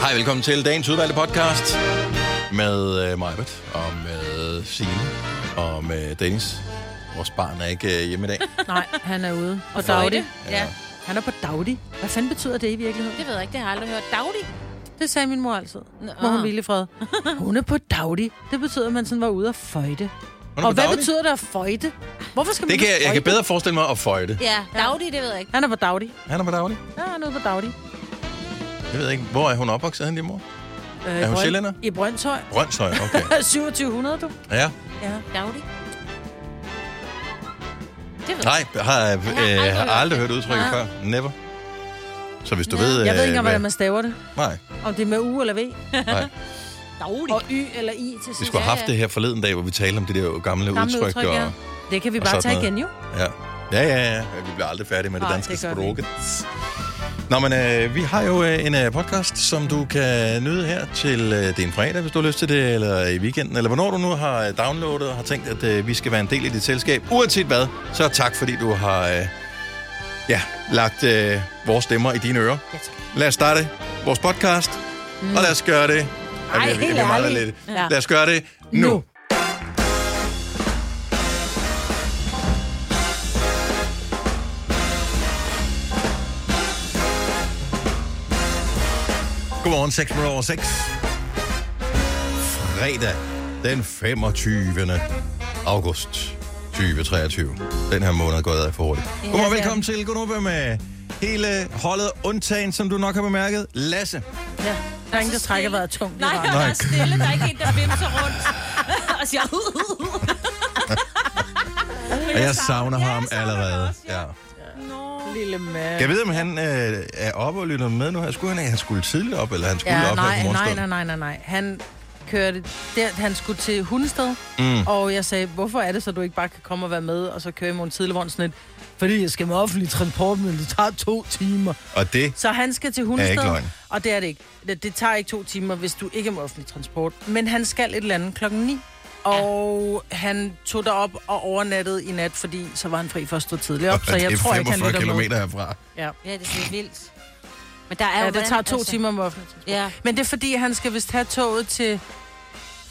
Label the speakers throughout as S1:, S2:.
S1: Hej, velkommen til dagens udvalgte podcast med øh, Majbet og med Signe og med Dennis. Vores barn er ikke øh, hjemme i dag.
S2: Nej, han er ude. Og
S3: Fløjte.
S2: Dagdi.
S3: Ja.
S2: Han er på Dagdi. Hvad fanden betyder det i virkeligheden?
S3: Det ved jeg ikke, det har jeg aldrig hørt. Daglig?
S2: Det sagde min mor altid.
S3: Nå.
S1: Ah.
S2: Må hun hvile i fred. Hun er på Dagdi. Det betyder, at man sådan var ude og føjte.
S1: Hun er
S2: Og
S1: på
S2: hvad
S1: daglig.
S2: betyder det at føjte? Hvorfor skal man
S1: Det kan jeg,
S2: ikke
S1: jeg kan
S2: føjte?
S1: bedre forestille mig at føjte.
S3: Ja, daglig, det ved jeg ikke.
S2: Han er på Dagdi.
S1: Han er på daglig.
S2: Ja, han er ude på Dagdi.
S1: Jeg ved ikke, hvor er hun opvokset henne, din mor?
S2: Øh,
S1: hun sjællænder?
S2: I Brøndshøj.
S1: Brøndshøj, okay.
S2: 2700, du.
S1: Ja.
S2: Ja.
S3: Daglig? Det ved jeg
S1: Nej, jeg har, øh,
S3: har aldrig
S1: jeg har
S3: hørt
S1: aldrig
S3: det.
S1: hørt udtrykket
S3: Nej.
S1: før. Never. Så hvis du
S3: Nå,
S1: ved...
S2: Jeg ved ikke engang,
S1: øh,
S2: hvordan man staver det.
S1: Nej,
S2: Om det er med U eller V.
S1: nej.
S3: Daglig.
S2: Og Y eller I til
S1: Vi
S2: sidst.
S1: skulle have
S3: Ja,
S1: haft
S3: ja.
S1: det her forleden dag, hvor vi talte om det der gamle,
S2: Gamle
S1: udtryk.
S2: udtryk,
S1: og,
S2: ja. Det kan vi
S1: og
S2: bare
S1: sådan
S2: tage igen, jo.
S1: Ja. Ja, ja, ja. Vi bliver aldrig færdige med det
S2: Nej,
S1: danske
S2: det gør vi
S1: sprog. Nå, men øh, vi har jo øh, en øh, podcast, som du kan nyde her til øh, din fredag, hvis du har lyst til det, eller i weekenden, eller hvornår du nu har øh, downloadet og har tænkt, at øh, vi skal være en del af dit selskab. Uanset hvad, så tak, fordi du har øh, ja, lagt øh, vores stemmer i dine ører.
S2: Ja, tak.
S1: Lad os starte vores podcast, mm. og lad os gøre det. Ej, jeg, jeg,
S2: helt
S1: jeg mangler
S2: ærligt.
S1: lidt.
S2: Ja.
S1: Lad os gøre det nu. nu.
S2: Nu.
S1: Godmorgen, 6 minutter over 6. Fredag den 25. august 2023. Den her måned er gået af for hurtigt.
S2: altså.
S1: Godmorgen, velkommen til Godnova med hele holdet, undtagen, som du nok har bemærket, Lasse.
S2: Ja. Der er ingen, der trækker vejret tungt.
S3: Nej,
S2: Nej.
S3: der er stille. Der er ikke en, der vimser rundt. og siger... "Uh, uh, uh."
S1: Og jeg savner ham allerede. Ja.
S3: Nå.
S2: Lille mand.
S1: Kan jeg vide, om han øh, er oppe og lytter med nu? her? Skulle han, han skulle tidligt op, eller han skulle
S2: Ja,
S1: op her
S2: nej,
S1: på
S2: nej,
S1: morgenstunden?
S2: nej, nej, nej, nej. Han kørte der, han skulle til Hundested, mm. og jeg sagde, hvorfor er det så, du ikke bare kan komme og være med, og så køre i morgen tidlig, hvor han sådan lidt, fordi jeg skal med offentlig transport, men det tager to timer.
S1: Og det
S2: Så han skal til
S1: er ikke
S2: Hundested,
S1: løgn.
S2: og det er det ikke. Det, det tager ikke to timer, hvis du ikke er med offentlig transport. Men han skal et eller andet klokken 9. Og ja. han tog derop og overnattede i nat, fordi så var han fri for at stå tidligt op. Så
S1: det er
S2: jeg tror ikke, han
S1: 45
S2: lytter med.
S1: km herfra.
S2: Ja.
S3: Ja, det er så vildt. Men der er
S2: ja,
S3: jo...
S2: det
S3: vand,
S2: tager to
S3: altså.
S2: timer med offentlig transport.
S3: Ja.
S2: Men det er fordi, han skal vist have toget til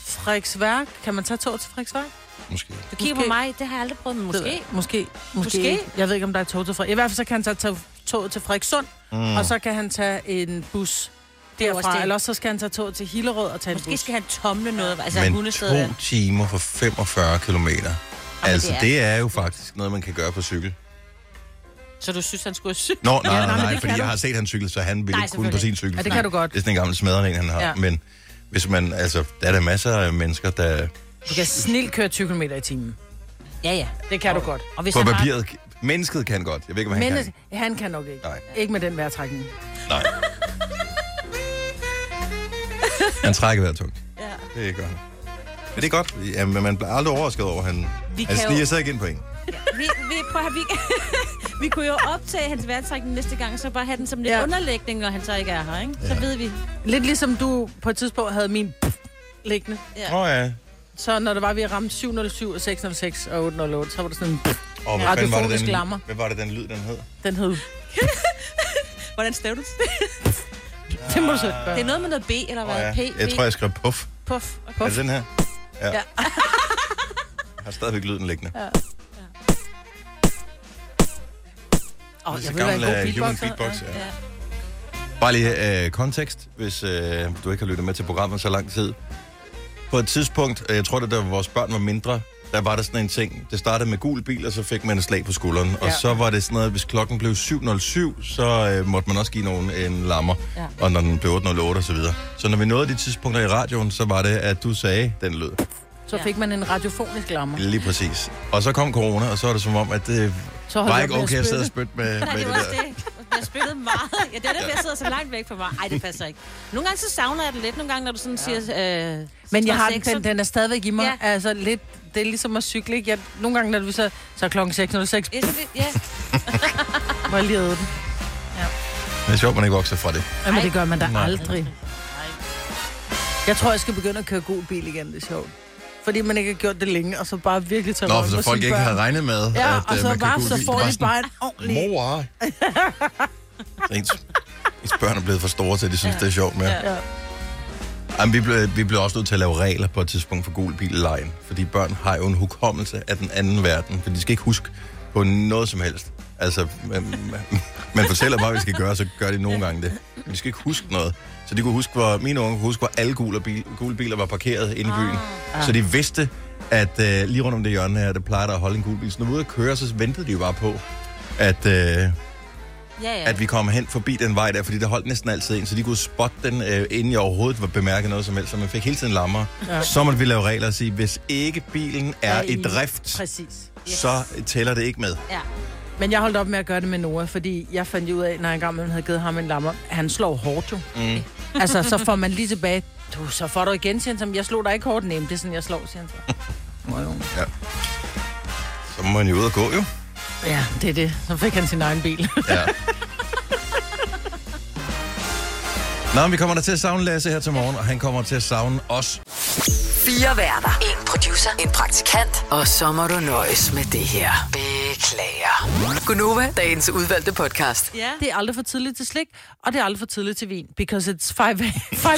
S2: Frederiksværk. Kan man tage toget til Frederiksværk?
S1: Måske.
S3: Du kigger på
S2: Måske.
S3: mig, det har jeg aldrig prøvet, men måske.
S2: Måske. Måske.
S3: Måske.
S2: ikke. Jeg ved ikke, om der er tog til Frederik. I hvert fald så kan han så tage toget til Frederikssund, mm. og så kan han tage en bus
S3: også
S2: derfra.
S3: det.
S2: Eller også så skal han tage toget til Hillerød og tage en
S3: Måske
S2: bus.
S3: skal han tomle noget. Altså, Men
S1: Men
S3: hundestedet.
S1: to timer for 45 km. Altså,
S3: det er-
S1: det er jo faktisk noget, man kan gøre på cykel.
S3: Så du synes, han skulle sy?
S1: Nå, nej, nej,
S2: nej, men
S1: nej,
S2: det
S1: fordi
S2: kan
S1: jeg
S2: du.
S1: har set han cykle, så han ville
S3: Nej,
S1: ikke kunne på sin
S3: selvfølgelig.
S1: cykel.
S2: Ja, det
S1: Nej.
S2: kan du godt.
S1: Det er sådan en gammel smadren, en, han har. Ja.
S2: Ja.
S1: Men hvis man, altså, der er der masser af mennesker, der
S2: Du kan snilt køre 20 km i timen.
S3: Ja, ja.
S2: Det kan du godt.
S3: Og hvis
S1: på
S3: han har-
S1: papiret... Mennesket kan godt. Jeg ved ikke, hvad han
S2: Men
S1: kan.
S2: han kan nok ikke.
S1: Nej.
S2: Ikke med den vejrtrækning.
S1: Nej. Han trækker vejret tungt. Ja. Det gør han. Men det er godt. Ja, men man bliver aldrig overrasket over, at han,
S3: Vi
S1: han
S3: kan jo-
S1: sniger sig ikke ind på en.
S3: Vi, vi, prøv at, høre, vi, vi kunne jo optage hans vejrtrækning næste gang, så bare have den som lidt
S2: Ja.
S3: ja. underlægning, når han så ikke er her, ikke? Så
S1: Ja.
S3: ved vi.
S2: Lidt ligesom du på et tidspunkt havde min pff liggende.
S3: Ja.
S1: Åh oh, ja.
S2: Så når det var, vi ramte 707 og 606 og 808, så var det sådan en pff.
S1: Og hvad,
S2: Ja.
S1: fanden var det,
S2: Radiofonisk lammer.
S1: den, hvad var det, den lyd, den hed?
S2: Den hed...
S3: Hvordan stav du det?
S2: Det må du selv gøre.
S3: Det er noget med noget B, eller
S1: Åh,
S3: hvad?
S1: ja.
S3: P, B.
S1: Jeg tror, jeg skrev puff.
S2: Puff.
S1: Er
S2: Puff.
S1: det den her? Ja.
S2: Ja.
S1: Jeg har stadigvæk lyden liggende. Ja.
S2: Åh,
S1: Det er
S2: jeg
S1: så
S2: vil være en
S1: gammel,
S2: god
S1: øh, human
S2: beatboxer.
S1: beatbox, ja.
S3: Ja.
S1: Bare lige øh, kontekst, hvis øh, du ikke har lyttet med til programmet så lang tid. På et tidspunkt, øh, jeg tror det da vores børn var mindre, der var der sådan en ting. Det startede med gul bil, og så fik man et slag på skulderen. Ja. Og
S2: Ja.
S1: så var det sådan noget, hvis klokken blev 7.07, så øh, måtte man også give nogen en lammer. Ja.
S3: Ja.
S1: Og når den blev 8.08 og så videre. Så når vi nåede de tidspunkter i radioen, så var det, at du sagde den lød.
S2: Så fik man en radiofonisk lammer.
S1: Lige præcis. Og så kom corona, og så var det som om, at det
S2: Så
S1: var
S2: jeg
S1: ikke
S2: op med
S1: okay at sidde og
S2: spytte.
S1: spytte med,
S3: Nej,
S1: med
S3: det
S1: det
S3: var også
S1: der.
S3: det. Jeg spillede meget. Ja, det er derfor, jeg sidder så langt væk fra mig. Ej, det passer ikke. Nogle gange så savner jeg det lidt. Nogle gange, når du sådan siger... Øh,
S2: Men jeg har den,
S3: 6, så-
S2: den, den er stadigvæk i mig.
S3: Ja.
S2: Ja. Altså lidt, det er ligesom at cykle, ikke? Jeg, nogle gange, når vi så, så er klokken 6.06,
S3: Ja, så det- Ja,
S2: hvor jeg lige æder den.
S1: Det er sjovt, man ikke vokser fra det.
S2: Jamen, det gør man da
S1: Nej.
S2: aldrig. Jeg tror, jeg skal begynde at køre god bil igen, det er sjovt. Fordi man ikke har gjort det længe, og så bare virkelig tage
S1: Nå,
S2: røven
S1: for så
S2: på
S1: folk
S2: sine
S1: ikke
S2: børn.
S1: havde regnet med,
S2: Ja,
S1: at
S2: og
S1: øh,
S2: så,
S1: man kan
S2: bare,
S1: gå
S2: så
S1: ud i
S2: får de
S1: resten.
S2: bare en ordentlig...
S1: Mor. Ens Hvis børn er blevet for store til, at de synes, ja.
S3: Ja.
S1: det er sjovt med. Ja.
S3: Ja.
S1: Jamen, vi, blev, vi blev også nødt til at lave regler på et tidspunkt for gul bil lejen, fordi børn har jo en hukommelse af den anden verden, for de skal ikke huske på noget som helst. Altså, man, man- man fortæller bare, hvad vi skal gøre, så gør de nogle gange det. Men de skal ikke huske noget. Så de kunne huske, hvor, mine unge kunne huske, hvor alle gule, bil, gule biler var parkeret inde i byen. Så de vidste, at øh, lige rundt om det hjørne her, der plejer der at holde en gul bil. Så når vi var ude at køre, så ventede de jo bare på, at, øh,
S3: Ja, ja.
S1: at vi kom hen forbi den vej der, fordi der holdt næsten altid en, så de kunne spotte den, øh, inden jeg overhovedet var bemærket noget som helst, så man fik hele tiden lammer. Ja. Så måtte vi lave regler og sige, hvis ikke bilen er
S2: Er
S1: i
S2: i-
S1: drift,
S2: Præcis.
S3: Yes.
S1: så tæller det ikke med.
S3: Ja.
S2: Men jeg holdt op med at gøre det med Noah, fordi jeg fandt jo ud af, når jeg engang havde givet ham en lammer, han slår hårdt jo. Mm. Altså, så får man lige tilbage, du, så får du igen, siger han, som, jeg slog dig ikke hårdt, nemt, det er sådan, jeg slår, siger han så. Nå jo.
S1: Så må man jo ud og gå, jo.
S2: Ja, det er det. Så fik han sin egen bil.
S1: Ja. Nå, men vi kommer da til at savne Lasse her til morgen, og han kommer til at savne os.
S4: Fire værter.
S5: En producer. En praktikant.
S4: Og så må du nøjes med det her. Beklager. Gunova, dagens udvalgte podcast.
S3: ja.
S2: Det er aldrig for tidligt til slik, og det er aldrig for tidligt til vin, because it's 5, 5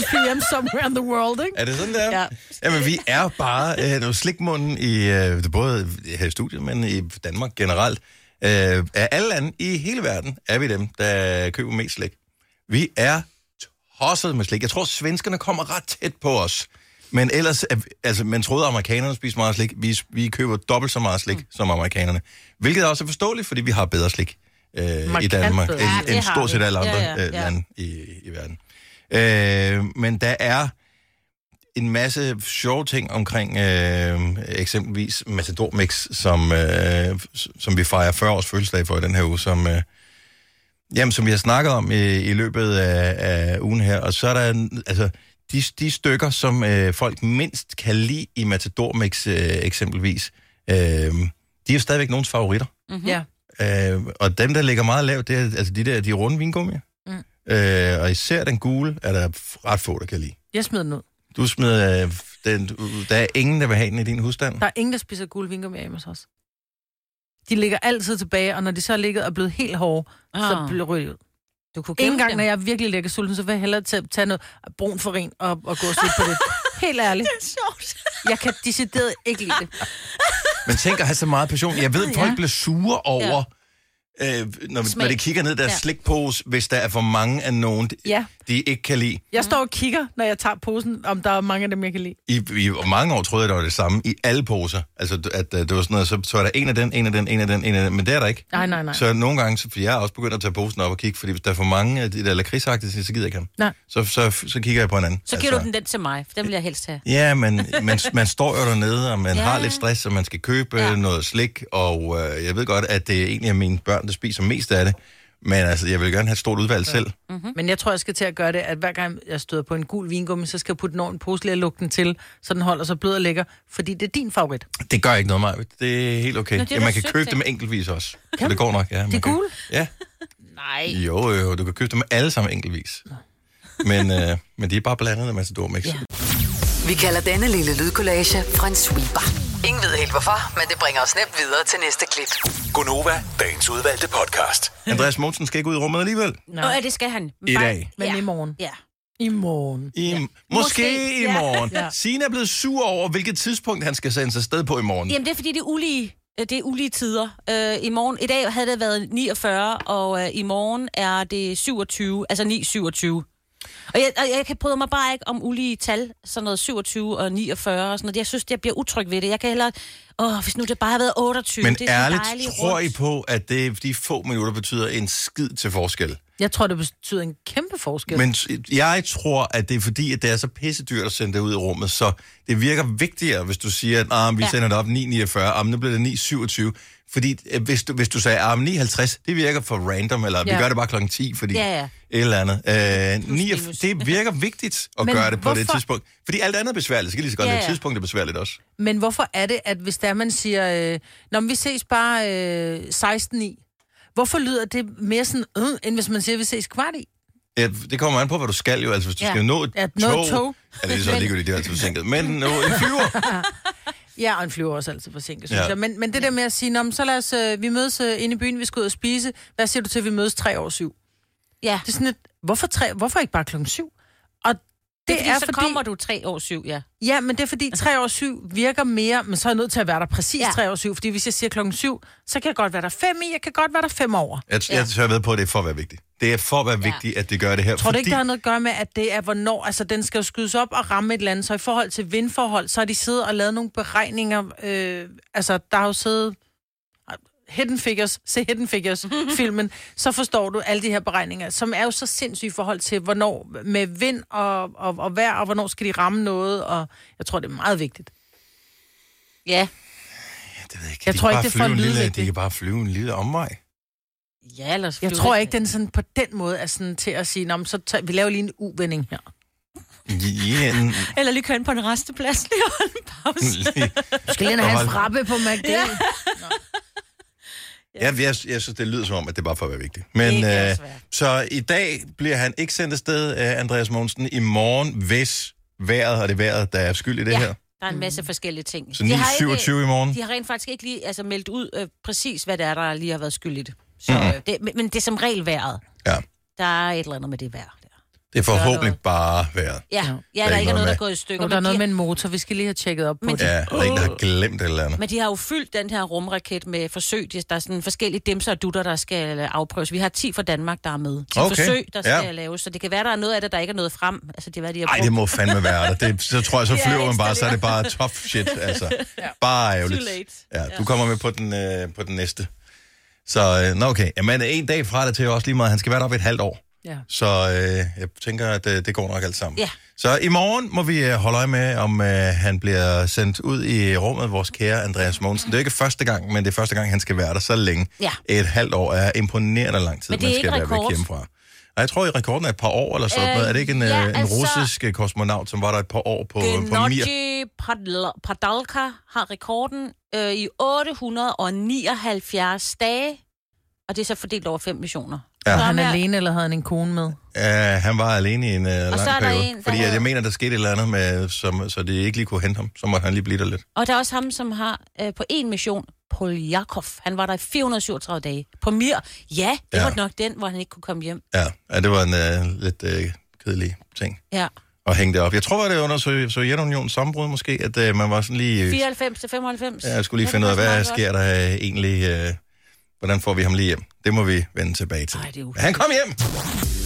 S2: p.m. somewhere in the world, ikke?
S1: Er det sådan, det er? Ja.
S2: Ja.
S1: Jamen, vi er bare øh, noget slikmunden i, øh, både her i studiet, men i Danmark generelt. Øh, af alle lande i hele verden er vi dem, der køber mest slik. Vi er tosset med slik. Jeg tror, svenskerne kommer ret tæt på os. Men ellers, er vi- altså, man troede, at amerikanerne spiste meget slik. Vi, vi køber dobbelt så meget slik mm. som amerikanerne. Hvilket også er forståeligt, fordi vi har bedre slik øh, i
S2: Markant
S1: Danmark,
S2: bedre.
S1: end,
S3: Ja, det
S1: end
S3: har
S1: stort
S3: vi.
S1: set alle
S3: Ja,
S1: andre ja,
S3: ja,
S1: ja, ja.
S3: ja.
S1: lande i, i verden. Øh, men der er en masse sjove ting omkring øh, eksempelvis Matador Mix, som, øh, s- som vi fejrer 40 års fødselsdag for i den her uge, som, øh, jamen, som vi har snakket om i, i løbet af, af ugen her. Og så er der en- altså, de, de stykker, som øh, folk mindst kan lide i Matador Mix øh, eksempelvis, øh, de er jo stadigvæk nogens favoritter.
S2: Mm-hmm. Ja.
S1: Øh, og dem, der ligger meget lavt, det er altså de der de runde vingummier. Mm. Øh, og især den gule er der f- ret få, der kan lide.
S2: Jeg smed den ud.
S1: Du smed øh, den, du- der er ingen, der vil have den i din husstand.
S2: Der er ingen, der spiser gule vinkummer hjemme hos os. De ligger altid tilbage, og når de så er ligget og blevet helt hårde, oh. så
S3: Ah.
S2: bliver de ryddet ud.
S3: Du kunne
S2: En gang, når jeg virkelig ligger sulten, så vil jeg hellere tage, tage noget brun farin og, og gå og sutte på det. Helt ærligt.
S3: Det er sjovt.
S2: Jeg kan decideret ikke lide det.
S1: Men tænk at have så meget passion. Jeg ved, at folk bliver sure over, ja. øh, når, når
S3: Smag.
S1: de kigger ned i deres ja.
S3: Ja.
S1: slikpose, hvis der er for mange af nogen, de, ja.
S2: Ja.
S1: de ikke kan lide.
S3: Mm.
S2: Jeg står og kigger, når jeg tager posen, om der er mange af dem, jeg kan lide.
S1: I, I mange år troede jeg, det var det samme i alle poser. Altså, at øh, det var sådan noget, så, så er der en af den, en af den, en af den, en af den, men det er der ikke.
S2: Nej, nej, nej.
S1: Så nogle gange, så, for jeg er også begyndt at tage posen op og kigge, fordi hvis der er for mange af de der lakridsagtige, så gider jeg ikke ham.
S2: Nej.
S1: Så, så, så kigger jeg på en anden. Altså,
S3: Så giver du den den til mig, for den vil jeg helst have.
S1: Ja, men man, man står jo dernede, og man ja.
S3: Ja.
S1: har lidt stress, og man skal købe ja.
S3: Ja.
S1: noget slik, og øh, jeg ved godt, at det egentlig er mine børn, der spiser mest af det, men altså, jeg vil gerne have et stort udvalg ja. selv.
S3: Mm-hmm.
S2: Men jeg tror, jeg skal til at gøre det, at hver gang jeg støder på en gul vingummi, så skal jeg putte den over en pose lige og lukke den til, så den holder sig blød og lækker, fordi det er din favorit.
S1: Det gør ikke noget mig. Det er helt okay. Nå,
S3: Nå,
S1: det
S3: det
S1: er ja,
S3: er da
S1: man kan
S3: sødt,
S1: købe
S3: ikke?
S1: dem enkeltvis også. Så det går nok, ja. man
S2: De
S1: kan-
S2: gule?
S1: Ja.
S3: Nej.
S1: Jo, jo, du kan købe dem alle sammen enkeltvis. Men, øh, men de er bare blandet af Matador-mix. Ja.
S4: Vi kalder denne lille lydkollage Frans sweeper. Ingen ved helt hvorfor, men det bringer os nemt videre til næste klip.
S6: Gunova, dagens udvalgte podcast.
S1: Andreas Mogensen skal ikke ud i rummet alligevel.
S3: Nå, ja, det skal han.
S1: I
S3: Bare-
S1: dag.
S2: Men
S3: Ja.
S2: i morgen.
S3: Ja.
S2: I morgen.
S1: I, ja. Måske,
S3: Måske,
S1: i
S3: ja.
S1: morgen. Ja.
S2: Ja.
S1: Sina er blevet sur over, hvilket tidspunkt han skal sende sig sted på i morgen.
S3: Jamen, det er fordi, det er ulige, øh, det er ulige tider. Øh, I morgen, i dag havde det været 49, og øh, i morgen er det 27, altså 9-27. Og jeg, og jeg kan bryde mig bare ikke om ulige tal, sådan noget 27 og 49 og sådan noget. Jeg synes, jeg bliver utryg ved det. Jeg kan hellere... Åh, hvis nu det bare havde været 28,
S1: Men
S3: det er sådan
S1: ærligt,
S3: dejligt
S1: tror
S3: rundt.
S1: I på, at det, de få minutter betyder en skid til forskel?
S2: Jeg tror, det betyder en kæmpe forskel.
S1: Men s- jeg tror, at det er fordi, at det er så pissedyrt at sende det ud i rummet, så det virker vigtigere, hvis du siger, at ah, vi ja.
S3: Ja.
S1: sender det op 9.49, ah, men nu bliver det 9.27. Fordi øh, hvis du, hvis du sagde, at ah, men 9.50, det virker for random, eller ja. vi
S2: Ja.
S1: gør det bare klokken 10, fordi
S3: Ja, ja.
S1: et eller andet. Øh, 9,
S3: minus.
S1: det virker vigtigt at
S2: Men
S1: gøre det på det
S2: hvorfor-
S1: tidspunkt. Fordi alt andet er besværligt, så kan lige så godt
S3: Ja,
S1: ja, ja.
S3: ja.
S1: tidspunkt er besværligt også.
S2: Men hvorfor er det, at hvis der man siger, øh, når vi ses bare øh, 16 i, hvorfor lyder det mere sådan, øh, end hvis man siger, at vi ses kvart i?
S1: Ja, det kommer an på, hvad du skal jo. Altså, hvis du ja.
S3: Ja.
S1: skal nå et
S2: Ja,
S1: tog...
S2: nå et tog.
S1: Ja, det er så ligegyldigt, det er altid forsinket. Men nå en flyver.
S2: Ja, og en flyver er også altid forsinket, synes
S1: Ja.
S2: ja. jeg. Men, men det der med at sige, Nå, men så lad os, øh, vi mødes øh, inde i byen, vi skal ud og spise. Hvad siger du til, at vi mødes 3 år 7?
S3: Ja.
S2: Det er sådan et, Hvorfor, tre, hvorfor ikke bare klokken syv? Og det,
S3: Det er, fordi, er fordi, så kommer du tre år syv, ja.
S2: Ja, men det er fordi 3 år 7 virker mere, men så er jeg nødt til at være der præcis
S3: Ja.
S2: ja. 3 år 7, fordi hvis jeg siger klokken 7, så kan jeg godt være der 5 i, jeg kan godt være der 5 over.
S1: Jeg, ja. jeg tør ved på, at det er for at være vigtigt. Det er for at være
S3: Ja.
S1: vigtigt, at det gør det her.
S2: Tror du ikke, der har noget at gøre med, at det er hvornår, altså den skal jo skydes op og ramme et eller andet, så i forhold til vindforhold, så har de siddet og lavet nogle beregninger, øh, altså der har jo siddet Hidden Figures, se Hidden Figures-filmen, så forstår du alle de her beregninger, som er jo så sindssyge i forhold til, hvornår med vind og, og, og vejr, og hvornår skal de ramme noget, og jeg tror, det er meget vigtigt.
S3: Ja,
S1: Det ved jeg, ikke.
S2: Jeg
S1: de kan
S2: tror ikke,
S1: bare
S2: det er for
S1: flyve en
S2: at lyde
S1: lille, De
S2: vigtigt.
S1: kan bare flyve en lille omvej.
S3: ja ellers...
S2: Jeg tror ikke, den sådan på den måde er sådan til at sige, "Nå, men så tager, vi laver lige en uvending her.
S1: Ja, en-
S3: Eller lige køre ind på en resteplads lige og holde en pause.
S2: Du skal lige have en frappe på McD. Ja.
S1: Ja, jeg, jeg synes, det lyder som om, at det er bare for at være vigtigt. Men,
S3: Det kan
S1: øh,
S3: også være.
S1: så i dag bliver han ikke sendt afsted, øh, Andreas Mogensen, i morgen, hvis vejret, og det er vejret, der er skyld i det ja.
S3: Ja.
S1: her.
S3: Der er en masse forskellige ting.
S1: Så
S3: De har
S1: 9.27 i morgen.
S3: De har rent faktisk ikke lige altså, meldt ud øh, præcis, hvad det er, der lige har været skyld i det. Så, øh, det men, men det er som regel vejret.
S1: Ja,
S3: Der er et eller andet med det vejr. Der.
S1: det er forhåbentlig
S3: noget.
S1: bare vejret.
S3: Ja, ja,
S1: Der
S3: der,
S1: er
S3: der
S1: ikke
S3: er ikke
S1: noget
S3: noget, der
S1: med.
S3: er gået i stykker.
S2: Og der er
S3: men
S2: noget
S3: de-
S2: med en motor, vi skal lige have tjekket op på.
S3: Men
S2: Men,
S3: de-
S2: ja.
S1: Ja, der er ikke, der har glemt et eller andet.
S3: Men de har jo fyldt den her rumraket med forsøg. De- Der er sådan forskellige dimser og dutter, der skal øh, afprøves. Vi har 10 fra Danmark, der er med. 10
S1: Okay,
S3: forsøg, der
S1: ja.
S3: skal laves. Så det kan være, der er noget af det, der ikke er noget frem. Altså, det er, hvad de har
S1: Ej,
S3: brugt.
S1: det må fandme være der. Det, så tror jeg, så
S3: Ja,
S1: flyver man bare, så er det bare tough shit, altså. Bare ærgerligt.
S3: Too late.
S1: Ja, du kommer med på den, øh, på den næste. Så, øh, nå okay. Jamen, en dag fra det til er også lige meget. Han skal være deroppe i et halvt år.
S2: ja.
S1: Så øh, jeg tænker, at øh, det går nok alt sammen.
S3: Ja.
S1: Så i morgen må vi øh, holde øje med, om øh, han bliver sendt ud i rummet, vores kære Andreas Mogensen. Det er jo ikke første gang, men det er første gang, han skal være der så længe.
S3: Ja.
S1: Et halvt år er imponerende lang tid,
S3: Men det er
S1: man skal
S3: ikke
S1: være væk
S3: rekord.
S1: hjemmefra. Nej, jeg tror, at rekorden er et par år eller sådan
S3: Øh,
S1: noget. er det ikke en, øh,
S3: ja,
S1: en
S3: altså-
S1: russisk øh, kosmonaut, som var der et par år på, på Mir?
S3: Gennady Padl- Padalka har rekorden øh, i 879 dage, og det er så fordelt over fem missioner.
S1: Ja.
S3: Så
S2: Og han
S3: med-
S2: er alene, eller havde han en kone med?
S1: Uh, han var alene i en uh, lang
S3: så er der
S1: periode.
S3: en, der
S1: fordi at
S3: hedder-
S1: jeg mener, der skete et eller andet, med, som, så det ikke lige kunne hente ham. Så måtte han lige blive der lidt.
S3: Og der er også ham, som har øh, på en mission, Paul Jakov. Han var der i 437 dage. På Mir, ja,
S1: Ja.
S3: det ja. var nok den, hvor han ikke kunne komme hjem.
S1: Ja, ja det var en uh, lidt uh, kedelig ting.
S3: Ja.
S1: at hænge det op. Jeg tror, at det var under Sov- Sovjetunionens sammenbrud måske, at øh, man var sådan lige... Øh,
S3: 94 til 95.
S1: ja, jeg skulle lige
S3: Det
S1: finde ud af,
S3: var
S1: hvad
S3: faktisk meget
S1: sker der øh, egentlig... Øh, hvordan får vi ham lige hjem? Det må vi vende tilbage til.
S3: Ej, det er
S1: Men
S3: uhyggeligt.
S1: Han kom hjem!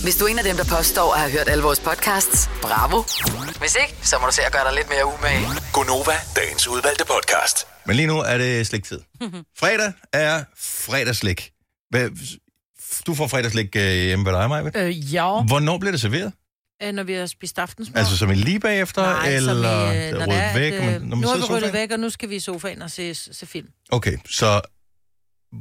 S4: Hvis du er en af dem, der påstår at have hørt alle vores podcasts, bravo. Hvis ikke, så må du se at gøre dig lidt mere umage.
S6: Gonova, dagens udvalgte podcast.
S1: Men lige nu er det sliktid. Fredag er fredagslik. Hvad, du får fredagslik øh, hjemme ved dig, Maja.
S2: Øh, ja.
S1: Hvornår bliver det serveret?
S2: Øh, når vi har spist aftensmad.
S1: Altså som en lige bagefter,
S2: Nej, som i, øh,
S1: eller
S2: når det er,
S1: ryddet
S2: at,
S1: væk? og man-
S2: øh,
S1: når man
S2: nu har
S1: sidder i
S2: vi
S1: sofaen?
S2: ryddet væk, og nu skal vi i sofaen og se, se film.
S1: Okay, så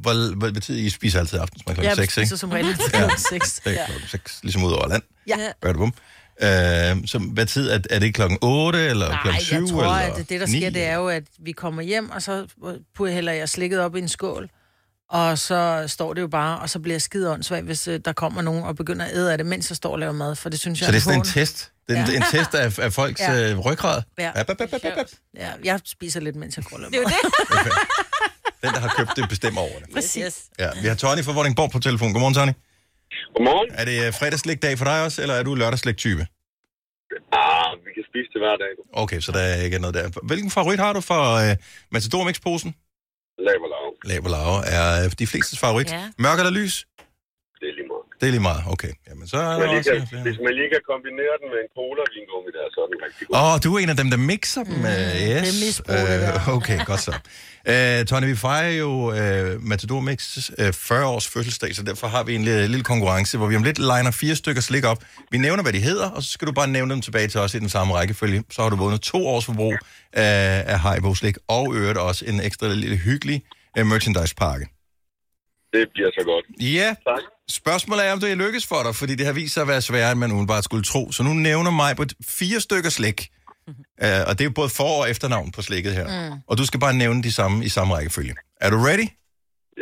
S1: hvor, hvor betyder I spiser altid aftensmad klokken 6,
S2: vi
S1: ikke?
S2: spiser som regel til
S1: Ja.
S2: klokken 6.
S1: Det er klokken 6, ligesom ud over land.
S2: Ja.
S1: Gør det bum. Øh, så hvad tid er, er det klokken 8 eller
S2: Nej,
S1: klokken 7?
S2: jeg tror,
S1: eller
S2: at det, der
S1: 9?
S2: sker, det er jo, at vi kommer hjem, og så putter hælder jeg slikket op i en skål, og så står det jo bare, og så bliver jeg skide åndssvag, hvis øh, der kommer nogen og begynder at æde af det, mens jeg står og laver mad, for det synes jeg
S1: Så det er
S2: en
S1: sådan en
S2: hån.
S1: test. Det er en,
S2: Ja.
S1: en test af, af folks
S2: Ja.
S1: ja. ryggrad.
S2: Ja.
S1: Bap, bap, bap, bap, bap.
S2: Ja, jeg spiser lidt, mens jeg går og laver
S3: Det er jo
S2: mad.
S3: det.
S1: Den, der har købt det, bestemmer over det.
S3: Præcis. Yes.
S1: Ja, vi har Tony fra Vordingborg på telefon. Godmorgen, Tony.
S7: Godmorgen.
S1: Er det øh, fredagslægdag for dig også, eller er du lørdagslægtype?
S7: Ah, vi kan spise det hver dag. du.
S1: Okay, så der er ikke noget der. Hvilken favorit har du for øh, Matador Mix-posen?
S7: Lav og lav.
S1: Lav og Lave er øh, de flestes favorit.
S3: Ja.
S1: Mørk eller lys?
S7: Det er lige meget.
S1: Det er lige meget. Okay, jamen så er
S7: Man
S1: der
S7: lige
S1: også
S7: kan,
S1: øh, flere.
S7: hvis man lige kan kombinere den med en cola og vingummi, der, så er den rigtig god.
S1: Åh, oh, du er en af dem, der mixer dem. Mm, yes.
S2: det er misbrug, det der.
S1: Øh, okay, godt så. Uh, Tony, vi fejrer jo uh, Matador Mix uh, 40-års fødselsdag, så derfor har vi en lille, lille konkurrence, hvor vi om lidt liner fire stykker slik op. Vi nævner, hvad de hedder, og så skal du bare nævne dem tilbage til os i den samme rækkefølge. Så har du vundet to års forbrug af, af Haribo Slik, og i øvrigt også en ekstra lille hyggelig uh, merchandise-pakke.
S7: Det bliver så godt.
S1: Ja, yeah.
S7: Tak.
S1: Spørgsmålet er, om det er lykkes for dig, fordi det har vist sig at være sværere, end man umiddelbart skulle tro. Så nu nævner mig på fire stykker slik, uh, og det er jo både for- og efternavn på slikket her. Mm. Og du skal bare nævne de samme i samme rækkefølge. Er du ready?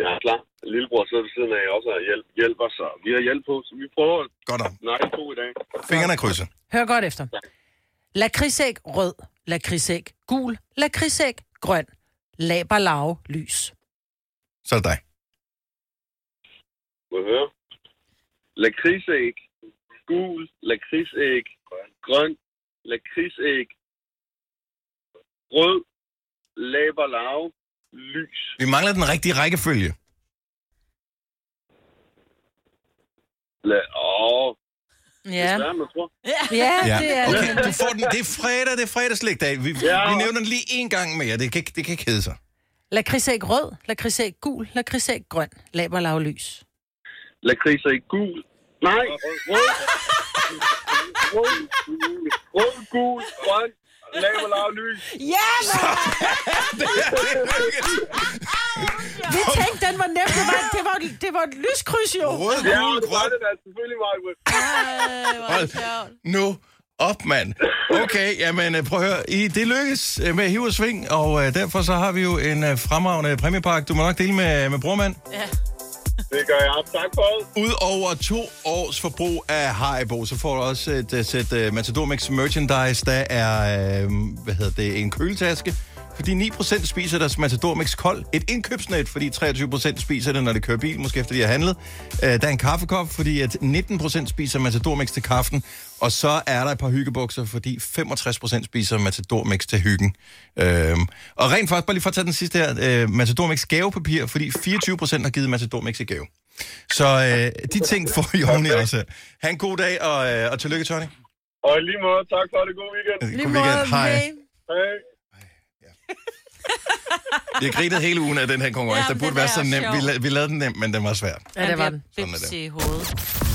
S7: Jeg er klar. Lillebror sidder ved siden af også og hjælp, hjælper, så vi har hjælp på. Så vi prøver at
S1: Godt nok.
S7: snakke to i dag.
S1: Fingrene er krydset.
S2: Hør godt efter. Lakridsæg rød, lakridsæg gul, lakridsæg grøn, laberlav lys.
S1: Så er det dig.
S7: Må jeg høre? Lakridsæg. gul lakridsæg, grøn lakridsæg, rød laberlarve, lys.
S1: Vi mangler den rigtige rækkefølge.
S7: La- Åh,
S2: Ja.
S7: ja. man tror.
S2: Ja, det er det.
S1: Okay, du får den. Det er fredag, det er fredagslæg dag. Vi,
S7: Ja.
S1: vi nævner den lige en gang mere. Det kan, ikke- det kan ikke hedde sig.
S2: Lakridsæg rød, lakridsæg gul, lakridsæg grøn, laber lav lys.
S7: Lakridsæg gul. Nej, rød. rød, rød, gul, grøn, laberlarve, lys.
S2: Ja, men vi tænkte, den var nem. Det var, det var, det var et lyskryds, jo.
S1: Rød,
S7: Ja,
S1: gul,
S7: det var
S1: grøn.
S7: det da selvfølgelig, Maja.
S1: Hold nu op, mand. Okay, jamen øh, prøv at høre. I, det lykkes øh, med hiv og sving, og øh, derfor så har vi jo en øh, fremragende præmiepakke. Du må nok dele med, med brormand.
S7: Det gør jeg. Tak for det.
S1: Udover to års forbrug af Haribo, så får du også et øh, sæt uh, Matador Mix merchandise, der er, øh, hvad hedder det, en køletaske. Fordi 9% spiser deres Matador Mix kold. Et indkøbsnet, fordi 23% spiser det, når de kører bil, måske efter de har handlet. Uh, der er en kaffekop, fordi at 19% spiser Matador Mix til kaffen. Og så er der et par hyggebukser, fordi 65% spiser Matador Mix til hyggen. Øhm, og rent faktisk, bare lige for at tage den sidste her, øh, Matador Mix gavepapir, fordi 24% har givet Matador Mix i gave. Så øh, de ting får Joni også. Ha' en god dag, og, øh, og tillykke, Tony.
S7: Og i lige måde, tak for det. God weekend.
S1: God weekend. Hej.
S7: Hej.
S1: Vi har grinet hele ugen af den her konkurrence. Ja,
S3: Ja,
S1: der burde
S3: den
S1: være
S3: er
S1: så
S3: også
S1: nem. Vi,
S3: sjov.
S1: la- vi lavede den nem, men den var svær.
S2: Ja, det var den.
S1: Sådan er
S3: Bims
S1: det.
S3: i hovedet.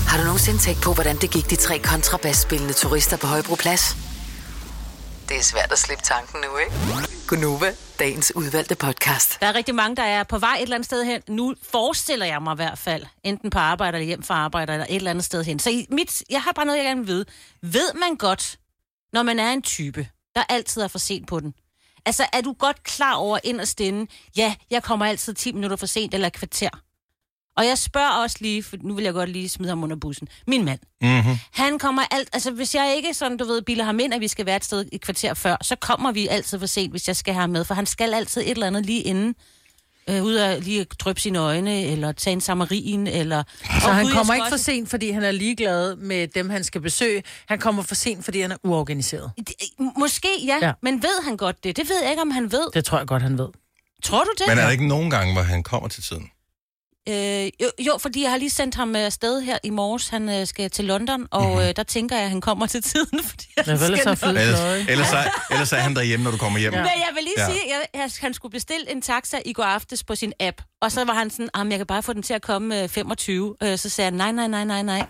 S4: Har du nogensinde tænkt på, hvordan det gik de tre kontrabasspillende turister på Højbroplads? Det er svært at slippe tanken nu, ikke? Gunova, dagens udvalgte podcast.
S3: Der er rigtig mange, der er på vej et eller andet sted hen. Nu forestiller jeg mig i hvert fald, enten på arbejde eller hjem fra arbejde, eller et eller andet sted hen. Så i mit, jeg har bare noget, jeg gerne vil vide. Ved man godt, når man er en type, der altid er for sent på den? Altså, er du godt klar over ind og stinde, ja, jeg kommer altid 10 minutter for sent eller et kvarter? Og jeg spørger også lige, for nu vil jeg godt lige smide ham under bussen. Min mand.
S1: Mm-hmm.
S3: Han kommer alt... Altså, hvis jeg ikke sådan, du ved, biler ham ind, at vi skal være et sted et kvarter før, så kommer vi altid for sent, hvis jeg skal have ham med, for han skal altid et eller andet lige inden. Øh, ud af lige at dryppe sine øjne, eller tage en samarin, eller...
S2: Så han kommer ikke for sent, fordi han er ligeglad med dem, han skal besøge. Han kommer for sent, fordi han er uorganiseret.
S3: for... Måske, ja,
S2: Ja.
S3: ja, men ved han godt det? Det ved jeg ikke, om han ved.
S2: Det tror jeg godt, han ved.
S3: Tror du det?
S1: Men er der ikke nogen gange, hvor han kommer til tiden?
S3: Øh, jo, jo, fordi jeg har lige sendt ham øh, afsted her i morges. Han øh, skal til London, og
S1: Mhm.
S3: mm-hmm. øh, der tænker jeg, at han kommer til tiden, fordi han
S2: Men vel
S3: skal
S2: så er
S3: nå-
S2: fyldt
S1: Ellers, ellers, er, ellers er han derhjemme, når du kommer hjem.
S2: Ja.
S1: Ja.
S3: Men jeg vil lige
S1: Ja.
S3: ja. sige, at jeg- han skulle bestille en taxa i går aftes på sin app. Og så var han sådan, at jeg kan bare få den til at komme øh, 25. Øh, Så sagde jeg, nej, nej, nej, nej, nej.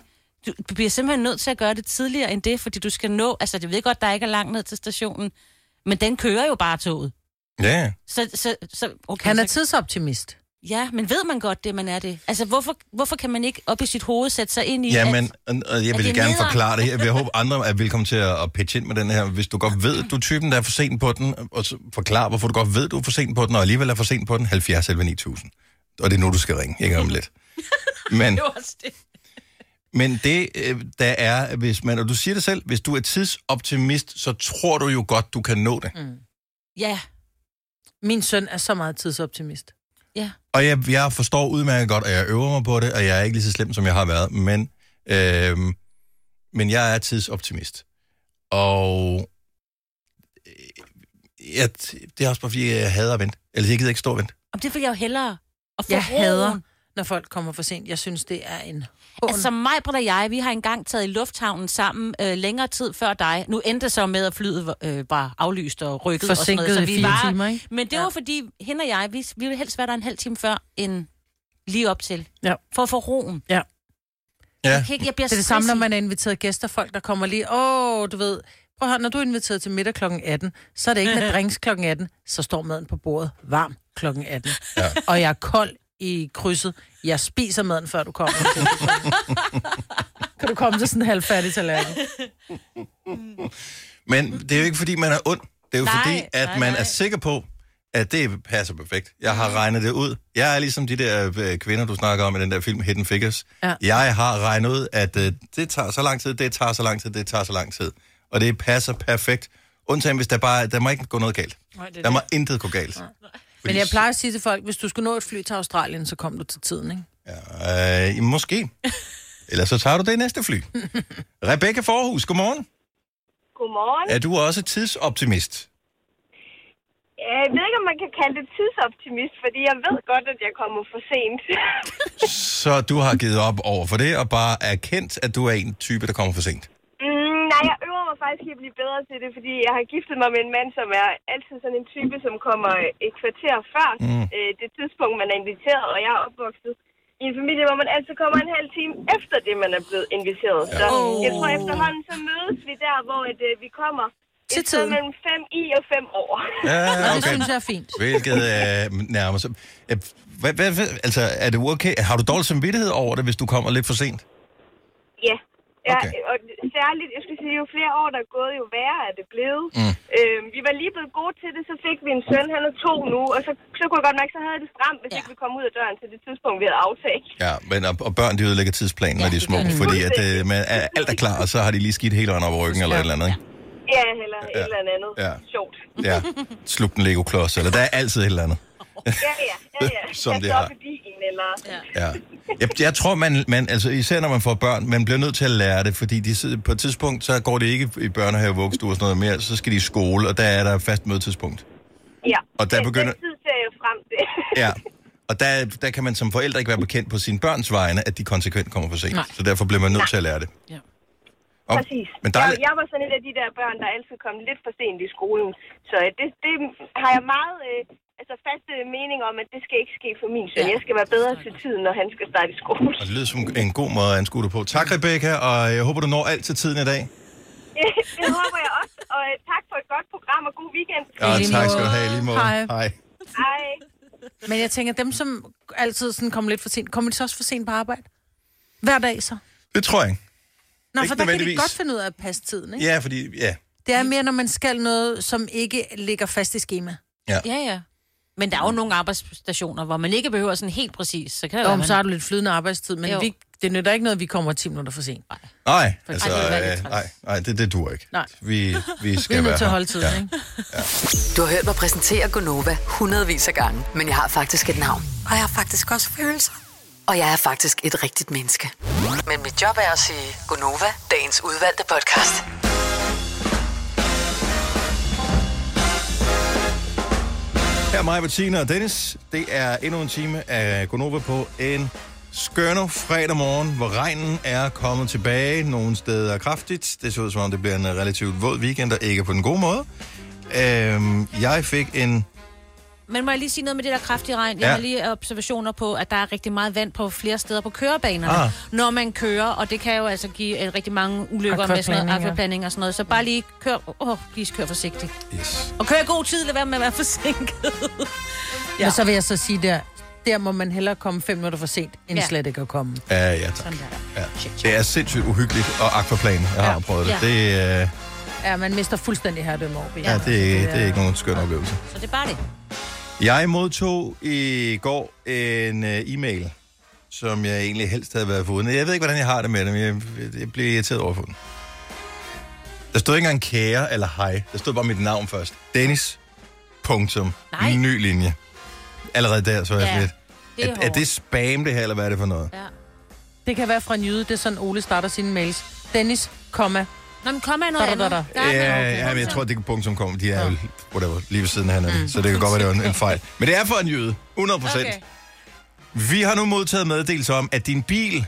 S3: Du du bliver simpelthen nødt til at gøre det tidligere end det, fordi du skal nå... Altså, det ved jeg godt, der ikke er langt ned til stationen. Men den kører jo bare toget.
S1: ja.
S3: Så, så, så, okay,
S2: Han er
S3: så,
S2: tidsoptimist.
S3: Ja, men ved man godt det, man er det? Altså, hvorfor, hvorfor kan man ikke op i sit hoved sætte sig ind i...
S1: Ja,
S3: at-
S1: men og- og jeg
S3: at
S1: vil
S3: det
S1: gerne
S3: er nederen.
S1: forklare det. Jeg vil håbe, andre er velkommen til at, at pitche ind med den her. Hvis du godt ved, du er typen, der er for sent på den, og så forklar, hvorfor du godt ved, du er for sent på den, og alligevel er for sent på den, 70 11 9000. Og det er nu, du skal ringe, ikke om lidt. Men, men det, øh, der er, hvis man, og du siger det selv, hvis du er tidsoptimist, så tror du jo godt, du kan nå det. Mm.
S3: Ja,
S2: Min søn er så meget tidsoptimist.
S3: ja.
S1: Og jeg, jeg forstår udmærket godt, og jeg øver mig på det, og jeg er ikke lige så slem, som jeg har været, men, øh, men jeg er tidsoptimist. Og øh, jeg, det er også bare, fordi jeg hader at vente. Eller jeg gider ikke stå og vente.
S3: Om det vil jeg jo hellere. Og få
S2: Jeg
S3: roen.
S2: hader, når folk kommer for sent. Jeg synes, det er en...
S3: Altså mig, og jeg, vi har engang taget i lufthavnen sammen øh, længere tid før dig. Nu endte det så med, at flyet øh, var aflyst og rykket. og
S2: Forsinket
S3: sådan
S2: i
S3: noget, så vi
S2: fire
S3: var,
S2: timer, ikke?
S3: Men det
S2: Ja.
S3: ja. var fordi, hende og jeg, vi, vi ville helst være der en halv time før, end lige op til.
S2: Ja.
S3: For at få roen.
S2: Ja.
S1: Ja.
S3: Jeg, kan ikke, jeg bliver
S2: Det er det samme, når
S3: stressig.
S2: man er inviteret gæster. Folk, der kommer lige, åh, du ved, prøv at høre, når du er inviteret til middag kl. 18, så er det ikke med drinks kl. 18, så står maden på bordet varm kl. 18. Ja. Og jeg er kold i krydset. Jeg spiser maden, før du kommer. kan du komme til sådan en halvfærdig tallerken?
S1: Men det er jo ikke, fordi man er ond. Det er jo nej,
S3: Nej,
S1: fordi, at nej,
S3: nej,
S1: man nej. Mhm.
S3: nej.
S1: er sikker på, at det passer perfekt. Jeg har regnet det ud. Jeg er ligesom de der øh, kvinder, du snakker om i den der film Hidden Figures.
S2: Ja.
S1: Jeg har regnet ud, at øh, det tager så lang tid, det tager så lang tid, det tager så lang tid. Og det passer perfekt. Undtagen hvis der bare, der må ikke gå noget galt. Nej, der må intet gå galt. Nej.
S2: Men jeg plejer at sige til folk, hvis du skulle nå et fly til Australien, så kom du til tiden, ikke?
S1: plejer... Øh, måske. Ellers så tager du det næste fly. Rebecca Forhus, godmorgen.
S8: Godmorgen.
S1: Er du også tidsoptimist?
S8: Jeg ved ikke, om man kan kalde det tidsoptimist, fordi jeg ved godt, at jeg kommer for sent.
S1: Så du har givet op over for det, og bare erkendt, at du er en type, der kommer for sent.
S8: mm, nej, jeg øver mig faktisk i at blive bedre til det, fordi jeg har giftet mig med en mand, som er altid sådan en type, som kommer et kvarter før
S1: Mm.
S8: mm. øh, det tidspunkt, man er inviteret, og jeg er opvokset i en familie, hvor man altid kommer en halv time efter det, man er blevet inviteret. Ja. Så
S3: Åh.
S8: jeg tror efterhånden, så mødes vi der, hvor et, øh, vi kommer
S2: Til
S8: et sted
S2: tiden.
S8: mellem fem i og fem over.
S1: Ja,
S2: Det synes jeg er fint.
S1: Hvilket øh, nærmer sig. Øh, Hvad, hvad, hvad, altså, er det okay? Har du dårlig samvittighed over det, hvis du kommer lidt for sent?
S8: Ja. Ja,
S1: Okay.
S8: og særligt, jeg skulle sige, jo flere år, der er gået, jo værre er det blevet.
S1: Mm.
S8: Øhm, vi var lige blevet gode til det, så fik vi en søn, han er to nu, og så, så kunne jeg godt mærke, så havde jeg det stramt, hvis
S3: Ja.
S8: ja. ikke vi kom ud af døren til det tidspunkt, vi havde aftalt.
S1: Ja, men, og, og børn, de ødelægger tidsplanen, når de er små, fordi at, øh, man, er- alt er klar, og så har de lige skidt hele vejen op over ryggen eller et eller andet, ikke?
S8: Ja, eller ja.
S1: Ja.
S8: et eller andet.
S1: Ja.
S8: Ja. Sjovt.
S1: Ja, slug den Lego-klods, eller der er altid et eller andet.
S8: Ja, ja, ja, ja.
S1: Som
S8: jeg
S1: det
S8: står
S1: har.
S8: op i bilen, eller...
S3: Ja.
S8: Ja.
S1: Ja. Jeg, jeg tror, man, man, altså især når man får børn, man bliver nødt til at lære det, fordi de, sidder- på et tidspunkt, så går det ikke i børnehave, vuggestue og sådan noget mere, så skal de i skole, og der er der et fast mødetidspunkt.
S8: ja.
S1: Og der
S8: Den-
S1: begynder-
S8: Den tid ser jeg frem til.
S1: Ja. Og der, der kan man som forældre ikke være bekendt på sine børns vegne, at de konsekvent kommer for sent. Nej. Så derfor bliver man nødt til at lære det.
S2: Ja.
S1: Og,
S8: Præcis.
S1: Men der er,
S8: jeg, jeg var sådan et af de der børn, der altid kom lidt for sent i skolen. Så øh, det, det har jeg meget øh, altså faste mening om, at det skal ikke ske for min søn.
S3: Ja.
S8: Jeg skal være bedre til tiden, når han skal starte i skole.
S1: og det lyder som en god måde at anskue det på. Tak, Rebecca, og jeg håber, du når alt til tiden i dag.
S8: det håber jeg også. Og øh, tak for et godt program og god weekend.
S1: Ja,
S2: lige
S1: tak skal du
S2: måde.
S1: have i lige måde.
S2: Hej.
S1: Hej.
S8: Hej.
S2: Men jeg tænker, dem som altid sådan kommer lidt for sent, kommer de så også for sent på arbejde? Hver dag så?
S1: Det tror jeg ikke.
S2: Nå,
S1: Ikke
S2: for der kan de
S1: nødvendigvis.
S2: godt finde ud af at passe tiden, ikke?
S1: Ja, fordi, ja.
S2: Det er mere, når man skal noget, som ikke ligger fast i schema.
S3: Ja, ja. Men der er jo nogle arbejdsstationer, hvor man ikke behøver sådan helt præcis. Så kan det
S2: Jo,
S3: være,
S2: men
S3: man-
S2: så har du lidt flydende arbejdstid, men
S3: Jo.
S2: vi, det nytter ikke noget, at vi kommer 10 minutter for sent. Nej.
S1: Nej, altså, øh,
S3: Ej, det
S2: eksempel.
S3: ville være lidt
S1: nej, nej, det, det dur ikke.
S2: Nej.
S1: Vi, vi
S2: Vi er
S1: skal være
S2: nødt til at
S1: her.
S2: holde tiden, ja. ikke?
S4: Du har hørt mig præsentere Gonova hundredvis af gange, men jeg har faktisk et navn. Og jeg har faktisk også følelser. Og jeg er faktisk et rigtigt menneske. Men mit job er at sige Gonova, dagens udvalgte podcast.
S1: Her er mig, Bettina og Dennis. Det er endnu en time af Gonova på en skønne fredag morgen, hvor regnen er kommet tilbage. Nogle steder kraftigt. Det ser ud som om, det bliver en relativt våd weekend, og ikke på den gode måde. Øhm, jeg fik en...
S3: Men må jeg lige sige noget med det der kraftige regn? Jeg
S1: Ja.
S3: har lige observationer på, at der er rigtig meget vand på flere steder på kørebanerne,
S1: Ah.
S3: ah. når man kører, og det kan jo altså give øh, rigtig mange ulykker med sådan noget
S2: Aquaplaning, ja.
S3: aquaplaning og sådan noget. Så bare lige kør, åh, please kør forsigtigt.
S1: Yes.
S3: Og kør i god tid, lad være med at være forsinket.
S2: Ja. Men så vil jeg så sige der, der må man hellere komme 5 minutter for sent, end ja.
S3: Ja.
S2: slet ikke at komme.
S1: Ja, ja, tak. Ja. Det er sindssygt uhyggeligt og aquaplan. Jeg har
S2: Ja.
S1: prøvet det. Det, øh, ja,
S2: Ja, man mister fuldstændig herredømme over. bilen.
S1: det, det er ikke nogen skøn oplevelse.
S3: Så det er bare det.
S1: Jeg modtog i går en øh, e-mail, som jeg egentlig helst havde været foruden. Jeg ved ikke, hvordan jeg har det med det, men jeg, jeg blev irriteret over for den. Der stod ikke engang kære eller hej. Der stod bare mit navn først. Dennis. Punktum.
S3: Nej.
S1: Ny linje. Allerede der, så var jeg
S3: Ja,
S1: sådan lidt.
S3: Det er,
S1: Er, er det spam, det her, eller hvad er det for noget?
S3: Ja.
S2: Det kan være fra en jyde, det er sådan, Ole starter sine mails. Dennis, komma.
S3: Nå, men kom af noget
S2: Da, da,
S3: andet.
S2: da,
S3: Der er noget,
S1: Ja,
S3: okay.
S1: ja, men jeg tror, det er punktum kom. De er jo whatever, lige ved siden af hinanden, så det kan godt være, det var en, en fejl. Men det er for en jøde, 100 procent.
S3: Mm. Okay.
S1: Vi har nu modtaget meddelelse om, at din bil,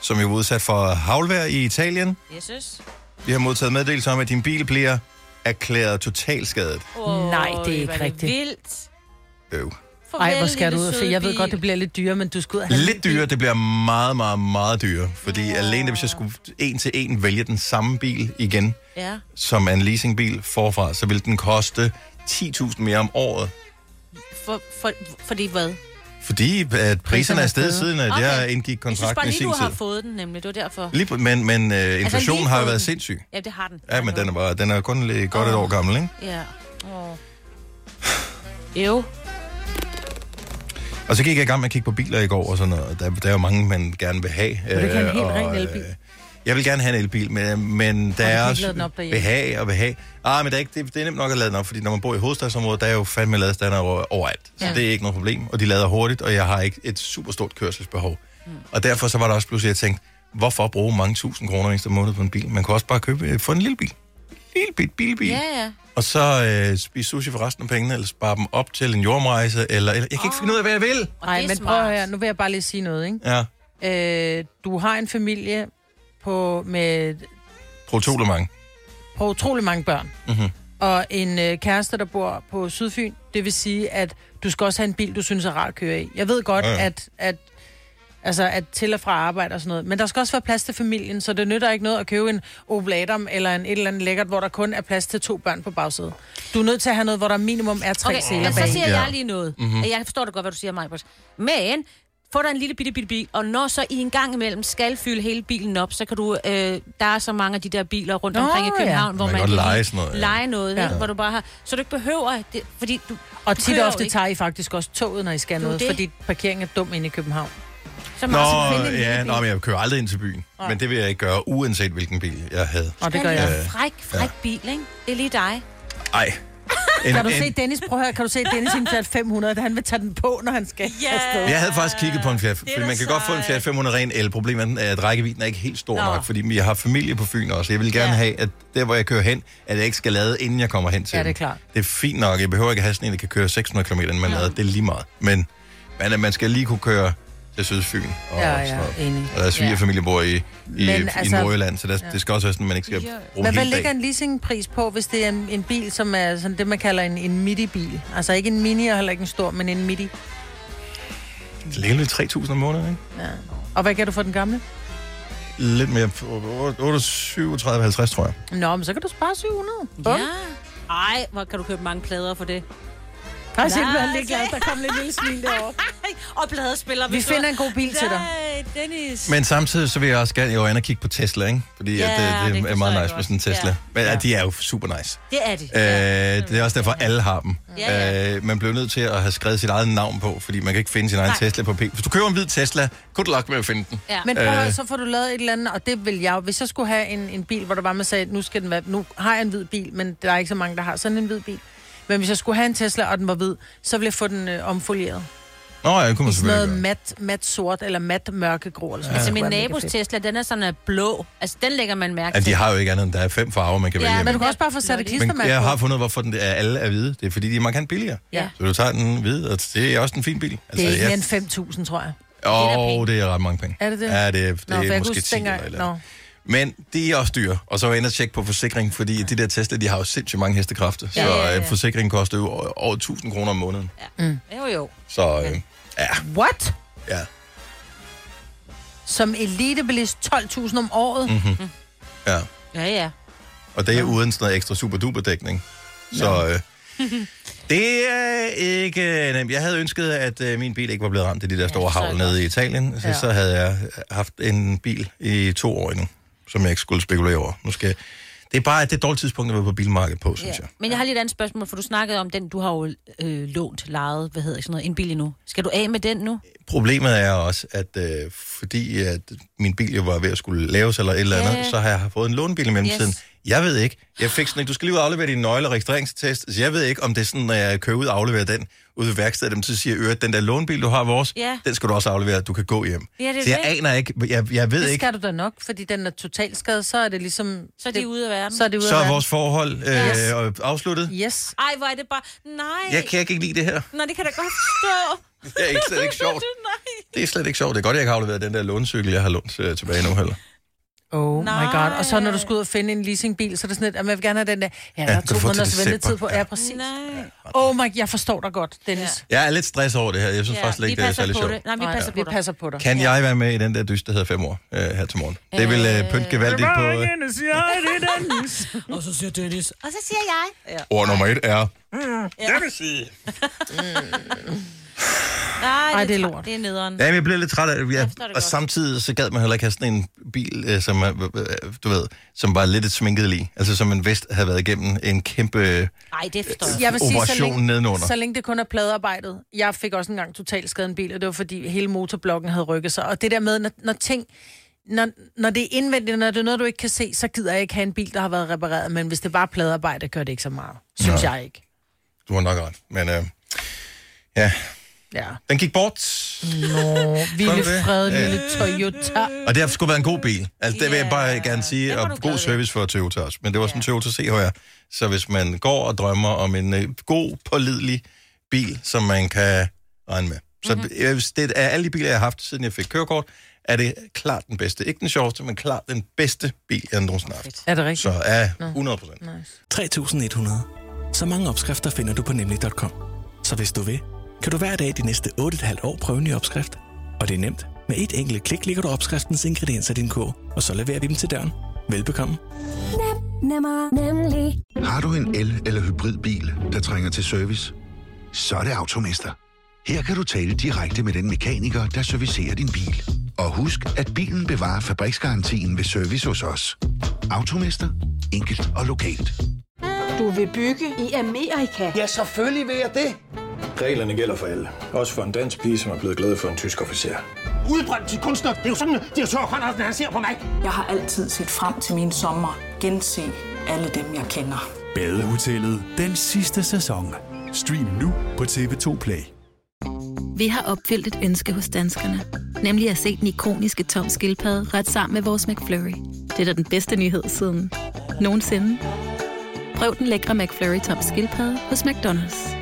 S1: som jo er udsat for havlvejr i Italien,
S3: Jesus.
S1: vi har modtaget meddelelse om, at din bil bliver erklæret totalskadet.
S3: Oh,
S2: Nej, det er ikke rigtigt.
S3: vildt.
S1: Øv.
S3: Farvel,
S2: Ej, hvor skal du
S3: lille
S2: ud? For
S3: søde
S2: jeg ved
S3: bil.
S2: godt, det bliver lidt dyrere, men du skal ud og have en
S1: Lidt dyrere, det bliver meget, meget, meget dyrere. Fordi alene hvis jeg skulle en til en vælge den samme bil igen,
S3: Ja.
S1: som er en leasingbil forfra, så ville den koste 10.000 mere om året.
S3: For, for, fordi hvad?
S1: Fordi at priserne er steget siden, at okay. jeg
S3: Okay.
S1: indgik
S3: Jeg synes
S1: kontrakten
S3: bare
S1: i
S3: lige,
S1: sin
S3: du har
S1: tid.
S3: fået den nemlig. Det var derfor. Altså,
S1: Lige, pr- men men øh, inflationen
S3: lige
S1: har jo
S3: fået
S1: været
S3: den.
S1: sindssyg.
S3: Ja, det har den.
S1: Ja, men den er, bare, den er kun lige godt et år gammel, ikke?
S3: Ja. Oh. Jo.
S1: Og så gik jeg i gang med at kigge på biler i går og sådan noget. og Der, der er jo mange, man gerne vil have. øh, Vil
S2: du ikke have en helt ren elbil?
S1: jeg vil gerne have en elbil, men, men der
S2: kan
S1: er
S2: ikke
S1: også
S2: lade den op derhjemme.
S1: behag og behag. Ah, men det er, ikke, det, det er nemt nok at lade den op, fordi når man bor i hovedstadsområdet, der er jo fandme ladestander overalt. Så ja. det er ikke noget problem, og de lader hurtigt, og jeg har ikke et super stort kørselsbehov.
S3: Mm.
S1: Og derfor så var der også pludselig, jeg tænkte, hvorfor bruge mange tusind kroner ekstra måned på en bil? Man kan også bare købe, øh, få en lille bil. Lille bit bilbil.
S3: Ja, ja.
S1: Og så øh, spise sushi for resten af pengene, eller spare dem op til en jordrejse, eller, eller jeg kan ikke finde ud af, hvad jeg vil.
S2: Nej, men prøv her, nu vil jeg bare lige sige noget, ikke?
S1: Ja,
S2: Øh, du har en familie på, med,
S1: protol mange.
S2: på utrolig mange børn,
S1: Mm-hmm.
S2: og en øh, kæreste, der bor på Sydfyn. Det vil sige, at du skal også have en bil, du synes er rar at køre i. Jeg ved godt,
S1: Ja,
S2: ja,
S1: ja.
S2: ja. At, at, altså, at til og fra arbejde og sådan noget, men der skal også være plads til familien, så det nytter ikke noget at købe en Opel Adam eller en et eller andet lækkert, hvor der kun er plads til to børn på bagsædet. Du er nødt til at have noget, hvor der minimum er tre
S3: Okay,
S2: sæder
S3: men så
S2: bag.
S3: siger
S1: Ja.
S3: jeg lige noget.
S1: Mhm.
S3: Mm-hmm. Jeg forstår det godt, hvad du siger, Majbert. Men få dig en lille bitte, bitte bil, og når så I en gang imellem skal fylde hele bilen op, så kan du, øh, der er så mange af de der biler rundt
S2: Nå,
S3: omkring i København,
S2: ja.
S3: hvor
S1: Man kan
S3: man,
S1: godt
S3: lige
S1: lege sådan noget, ja.
S3: lege noget
S2: Ja.
S3: ja. ikke, hvor du bare har, så du ikke behøver, det, fordi du,
S2: Og
S3: du
S2: tit
S3: kører
S2: og
S3: jo
S2: ofte
S3: ikke
S2: tager I faktisk også toget, når I skal
S3: Det er jo
S2: noget,
S3: det.
S2: fordi parkeringen er dum inde i København.
S3: så meget som
S1: Nå,
S3: finde en
S1: ja,
S3: lille
S1: nå,
S3: bil.
S1: men jeg kører aldrig ind til byen.
S2: Nej.
S1: Men det vil jeg ikke gøre, uanset hvilken bil jeg havde. Øh,
S2: Og det gør jeg.
S3: En fræk, fræk bil, ikke? Det er lige dig.
S1: Ej. En,
S2: Kan du se Dennis, prøv at høre, kan du se Dennis i en Fiat 500, da han vil tage den på, når han skal
S3: Ja.
S2: afsted?
S1: Jeg havde faktisk kigget på en Fiat,
S3: er
S1: for
S3: da
S1: man kan godt få en Fiat
S3: sejt.
S1: 500 ren el. Problemet er, at rækkevidden er ikke helt stor
S3: Nå.
S1: nok, fordi vi har familie på Fyn også. Jeg vil gerne
S3: Ja.
S1: have, at der, hvor jeg kører hen, at jeg ikke skal lade, inden jeg kommer hen til
S2: Ja, det er
S1: den.
S2: klart.
S1: Det er fint nok. Jeg behøver ikke at have sådan en, der kan køre 600 km, inden man lader. Det er lige meget. Men man, man skal lige kunne køre til Sydfyn. Og
S2: Ja,
S1: sådan
S2: ja,
S1: noget.
S2: enig.
S1: Og der er svigerfamilie, bor i, i, Men, altså,
S2: altså-
S1: i Nordjylland, så der, det skal også være sådan, at man ikke skal bruge
S2: Men hvad
S1: Altså, hele
S2: ligger
S1: dagen.
S2: en leasingpris på, hvis det er en, en bil, som er sådan det, man kalder en, en midi-bil? Altså ikke en mini og heller ikke en stor, men en midi.
S1: Det ligger lidt 3.000 om måneden, ikke?
S2: Og hvad kan du for den gamle?
S1: Lidt mere. 37-50, tror jeg.
S2: Nå, men så kan du spare 700. Bum.
S3: Ja. Ej, hvor kan du købe mange plader for det?
S2: Der er simpelthen
S3: Nej,
S2: lidt glad, der kom lidt lille smil derovre.
S3: og pladespiller.
S2: Vi finder en god bil til dig.
S3: Nej, Dennis.
S1: Men samtidig så vil jeg også gerne jo ind og kigge på Tesla, ikke? Fordi ja,
S3: Ja,
S1: at, øh, det, det,
S3: det
S1: er
S3: forstår
S1: meget
S3: jeg
S1: nice med
S3: godt.
S1: sådan en Tesla.
S3: Ja.
S1: Men ja. de er jo super nice.
S3: Det er det.
S1: Øh, det er også derfor, alle har dem.
S3: Ja, ja.
S1: Øh, man bliver nødt til at have skrevet sit eget navn på, fordi man kan ikke finde sin egen
S3: Nej.
S1: Tesla på P. Hvis du køber en hvid Tesla, good luck med at finde den.
S3: Ja.
S2: Men prøv at, høre,
S1: Øh.
S2: så får du lavet et eller andet, og det vil jeg jo. Hvis jeg skulle have en, en bil, hvor der var, man sagde, nu, skal den være, nu har jeg en hvid bil, men der er ikke så mange, der har sådan en hvid bil. Men hvis jeg skulle have en Tesla, og den var hvid, så ville jeg få den øh, omfolieret.
S1: Nå ja, det kunne man
S2: I sådan noget
S1: selvfølgelig gøre.
S2: mat, mat sort, eller mat mørkegrå. Eller sådan
S3: Altså, min
S2: noget. Det kunne være mega
S3: nabos
S2: fedt.
S3: Tesla, den er sådan øh, blå. Altså, den lægger man mærke
S1: Altså,
S3: til.
S1: de har jo ikke andet end, der er fem farver, man kan
S3: Ja,
S1: vælge
S2: Men
S1: imellem.
S2: du kan også bare få sat et
S3: Men
S1: Men
S2: klistermærke
S1: jeg har
S2: på.
S1: fundet, hvorfor den er, alle er hvide. Det er, fordi de er markant billigere.
S2: Ja.
S1: Så du tager den hvide, og det er også en fin bil.
S2: Det er ikke mere
S1: jeg-
S2: end 5.000, tror jeg.
S3: er
S1: Åh,
S3: penge.
S1: oh, Altså, det er ret mange penge.
S2: Er det det?
S1: Ja, det er, det
S2: Nå, for
S1: er
S2: jeg
S1: måske
S2: husker
S1: 10 eller,
S2: dengang-
S1: et eller andet. Men de er også dyre. Og så var jeg inde og tjekke på forsikring, fordi de der Tesla, de har jo sindssygt mange hestekræfter. Ja, så
S3: ja, ja.
S1: øh, forsikringen koster jo over, over 1000 kroner om måneden.
S3: Jo, jo.
S1: Så øh, ja,
S2: Mm. What?
S1: ja,
S2: Som elitebilist 12.000 om året? Mm.
S1: Mhm. ja.
S3: Ja, ja.
S1: Og det er uden sådan noget ekstra super duper dækning. Så øh, det er ikke øh, nemt. Jeg havde ønsket, at øh, min bil ikke var blevet ramt i de der store
S3: forstår
S1: havl
S3: jeg
S1: nede i Italien. Så, ja.
S2: Ja.
S1: så havde jeg øh, haft en bil i to år endnu, som jeg ikke skulle spekulere over. Nu skal jeg... Det er bare det er et dårligt tidspunkt at være på bilmarkedet på, synes jeg.
S3: Men jeg har lige et andet spørgsmål, for du snakkede om den, du har jo øh, lånt, lejet, hvad hedder det, sådan noget, en bil endnu. Skal du af med den nu?
S1: Øh. Problemet er også, at øh, fordi at min bil jo var ved at skulle laves eller et eller andet,
S3: Ja.
S1: så har jeg fået en lånebil i mellemtiden. Yes.
S3: Yes.
S1: Jeg ved ikke. Jeg fik sådan, en, du skal lige ud og aflevere din nøgle og registreringstest. Så jeg ved ikke, om det er sådan, når jeg kører ud og afleverer den ude ved værkstedet, dem så siger, at den der lånebil, du har vores,
S3: Ja.
S1: den skal du også aflevere, du kan gå hjem.
S3: Ja, det er
S1: så jeg
S3: det.
S1: aner ikke, jeg, jeg ved
S2: Det
S1: ikke.
S2: skal du da nok, fordi den er totalt skadet, så er det ligesom...
S3: Så er de
S2: det-
S3: ude af verden.
S2: Så er det ude
S1: Så
S2: af
S1: er
S2: verden.
S1: vores forhold øh,
S2: Yes.
S1: yes. afsluttet.
S2: Yes.
S3: Ej, hvor er det bare... Nej.
S1: Jeg kan ikke lide det her.
S3: Nå, det kan da godt stå.
S1: Det er ikke, slet ikke sjovt.
S3: Nej.
S1: Det er slet ikke sjovt. Det er godt, jeg ikke har afleveret den der lånecykel, jeg har lånt øh, tilbage nu heller.
S2: Oh Nej.
S3: Nej.
S2: my god. Og så når du skal ud og finde en leasingbil, så er det sådan lidt, at jeg vil gerne have den der. Ja, der
S1: Ja,
S2: er
S1: kan du få
S2: to
S1: til
S2: måneders
S1: december?
S2: ventetid på.
S1: Ja.
S2: Ja, præcis.
S3: Nej.
S2: Oh my, jeg forstår dig godt, Dennis.
S1: Jeg er lidt stress over det her. Jeg synes ja, faktisk slet
S3: vi
S1: ikke, det er
S3: passer
S1: særlig
S3: på
S1: sjovt.
S3: det. Nej, vi
S2: Nej,
S3: passer
S2: vi
S3: på
S2: passer på dig.
S1: Kan ja. jeg være med i den der dyst, der hedder 5 år øh, her til morgen? Det vil øh, pynte gevaldigt på... Øh,
S3: dig. Og så siger Dennis. Og så siger jeg. Ja.
S1: ord nummer et er... Mm, jeg vil sige...
S3: Nej,
S2: Ej, det er
S3: træ-
S2: lort.
S3: Det er nederen.
S1: Ja, men jeg blev lidt træt af det. Jeg,
S3: forstår det
S1: og
S3: godt.
S1: samtidig så gad man heller ikke have sådan en bil, øh, som, er, øh, øh, du ved, som var lidt et sminket lige. Altså som en vest havde været igennem en kæmpe... Øh,
S3: Nej, det forstår jeg.
S2: jeg vil sige, så
S1: Operation
S2: længe,
S1: nedenunder.
S2: så længe det kun er pladearbejdet. Jeg fik også engang totalt skadet en bil, og det var fordi hele motorblokken havde rykket sig. Og det der med, når, når ting... Når, når det er indvendigt, når det er noget, du ikke kan se, så gider jeg ikke have en bil, der har været repareret. Men hvis det bare er pladearbejde, gør det ikke så meget. Synes
S1: Nej.
S2: jeg ikke.
S1: du har nok ret, men... Øh, ja,
S2: Ja.
S1: Den gik bort,
S2: Nå, vilde
S1: det?
S2: fred,
S1: Ja.
S2: lille Toyota.
S1: og det har sgu været en god bil. Altså, det vil jeg bare gerne sige,
S3: var du
S1: og
S3: glad
S1: god
S3: ved.
S1: service for Toyota også. Men det var sådan en Toyota CHR. Så hvis man går og drømmer om en øh, god, pålidelig bil, som man kan regne med. Så mm-hmm. det er alle de biler, jeg har haft, siden jeg fik kørekort, er det klart den bedste. Ikke den sjoveste, men klart den bedste bil, jeg nogensinde har haft.
S2: Er det rigtigt?
S1: Så er 100 procent.
S9: 3100. Så mange opskrifter finder du på nemlig.com. Så hvis du vil, kan du hver dag de næste 8,5 år prøve en ny opskrift. Og det er nemt. Med et enkelt klik ligger du opskriftens ingredienser i din kog, og så leverer vi dem til døren. Velbekomme.
S10: Nemmer, nemlig.
S11: Har du en el- eller hybridbil, der trænger til service? Så er det Automester. Her kan du tale direkte med den mekaniker, der servicerer din bil. Og husk, at bilen bevarer fabriksgarantien ved service hos os. Automester. Enkelt og lokalt.
S10: Du vil bygge i Amerika? Ja.
S6: Reglerne gælder for alle. Også for en dansk pige, som er blevet glad for en tysk officer.
S9: Udbrændt til kunstner. Det er jo sådan, at de har han ser på mig.
S10: Jeg har altid set frem til min sommer. Gense alle dem, jeg kender.
S9: Badehotellet. Den sidste sæson. Stream nu på TV2 Play.
S5: Vi har opfyldt et ønske hos danskerne. Nemlig at se den ikoniske tom skildpadde ret sammen med vores McFlurry. Det er da den bedste nyhed siden nogensinde. Prøv den lækre McFlurry tom skildpadde hos McDonald's.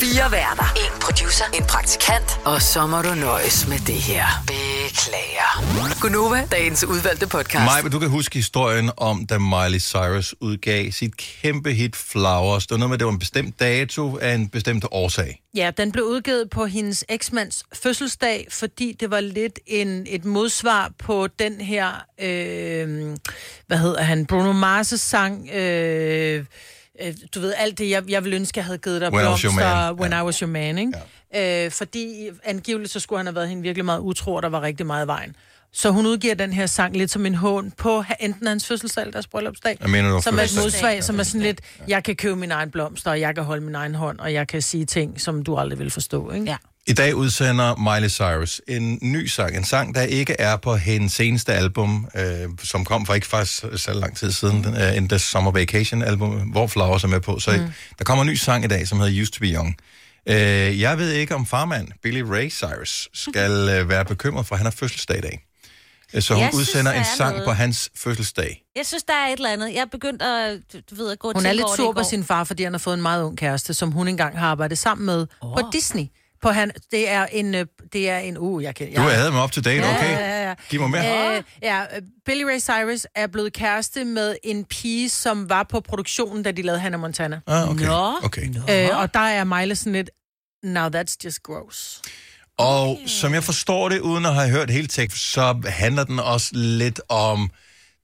S4: Fire værter. En producer. En praktikant. Og så må du nøjes med det her. Beklager. Gunova, dagens udvalgte podcast.
S1: Maja, men du kan huske historien om, da Miley Cyrus udgav sit kæmpe hit Flowers. Det var noget med, at det var en bestemt dato af en bestemt årsag.
S2: Ja, den blev udgivet på hendes eksmands fødselsdag, fordi det var lidt en, et modsvar på den her, øh, hvad hedder han, Bruno Mars' sang, øh, øh, du ved, alt det, jeg, jeg ville ønske, jeg havde givet dig
S1: When I Was Your
S2: blomster,
S1: Man,
S2: When
S1: ja.
S2: I Was Your Man, ikke? Øh, fordi angiveligt, så skulle han have været hende virkelig meget utro, og der var rigtig meget i vejen. Så hun udgiver den her sang lidt som en hån på ha- enten hans fødselsdag eller deres bryllupsdag.
S1: Jeg mener, det var
S2: som er et
S1: fødselsdag.
S2: modsvar, som er sådan lidt, jeg kan købe min egen blomster, og jeg kan holde min egen hånd, og jeg kan sige ting, som du aldrig vil forstå, ikke?
S3: Ja.
S1: I dag udsender Miley Cyrus en ny sang. En sang, der ikke er på hendes seneste album, øh, som kom for ikke faktisk så lang tid siden, den, øh, end The Summer Vacation album, hvor Flowers er med på. Så mm. der kommer en ny sang i dag, som hedder Used to Be Young. Øh, jeg ved ikke, om farmand Billy Ray Cyrus skal øh, være bekymret, for han har fødselsdag i dag. Øh, Så hun
S3: Jeg synes,
S1: udsender
S3: der
S1: en
S3: er
S1: sang
S3: noget.
S1: på hans fødselsdag.
S3: Jeg synes, der er et eller andet. Jeg er begyndt at, du- du ved, at gå
S2: Hun
S3: til
S2: er lidt sur på sin far, fordi han har fået en meget ung kæreste, som hun engang har arbejdet sammen med oh. på Disney. På han, det er en, øh, det er en, uh, jeg kan,
S1: Du
S2: jeg,
S1: havde dem op til date, okay?
S2: Ja, ja, ja.
S1: Giv mig mere.
S2: Øh, ja, øh, Billy Ray Cyrus er blevet kæreste med en pige, som var på produktionen, da de lavede Hannah Montana.
S1: Ah, okay.
S3: Nå.
S1: okay.
S2: Øh, og der er Miley sådan lidt, now that's just gross.
S1: Og som jeg forstår det, uden at have hørt hele teksten, så handler den også lidt om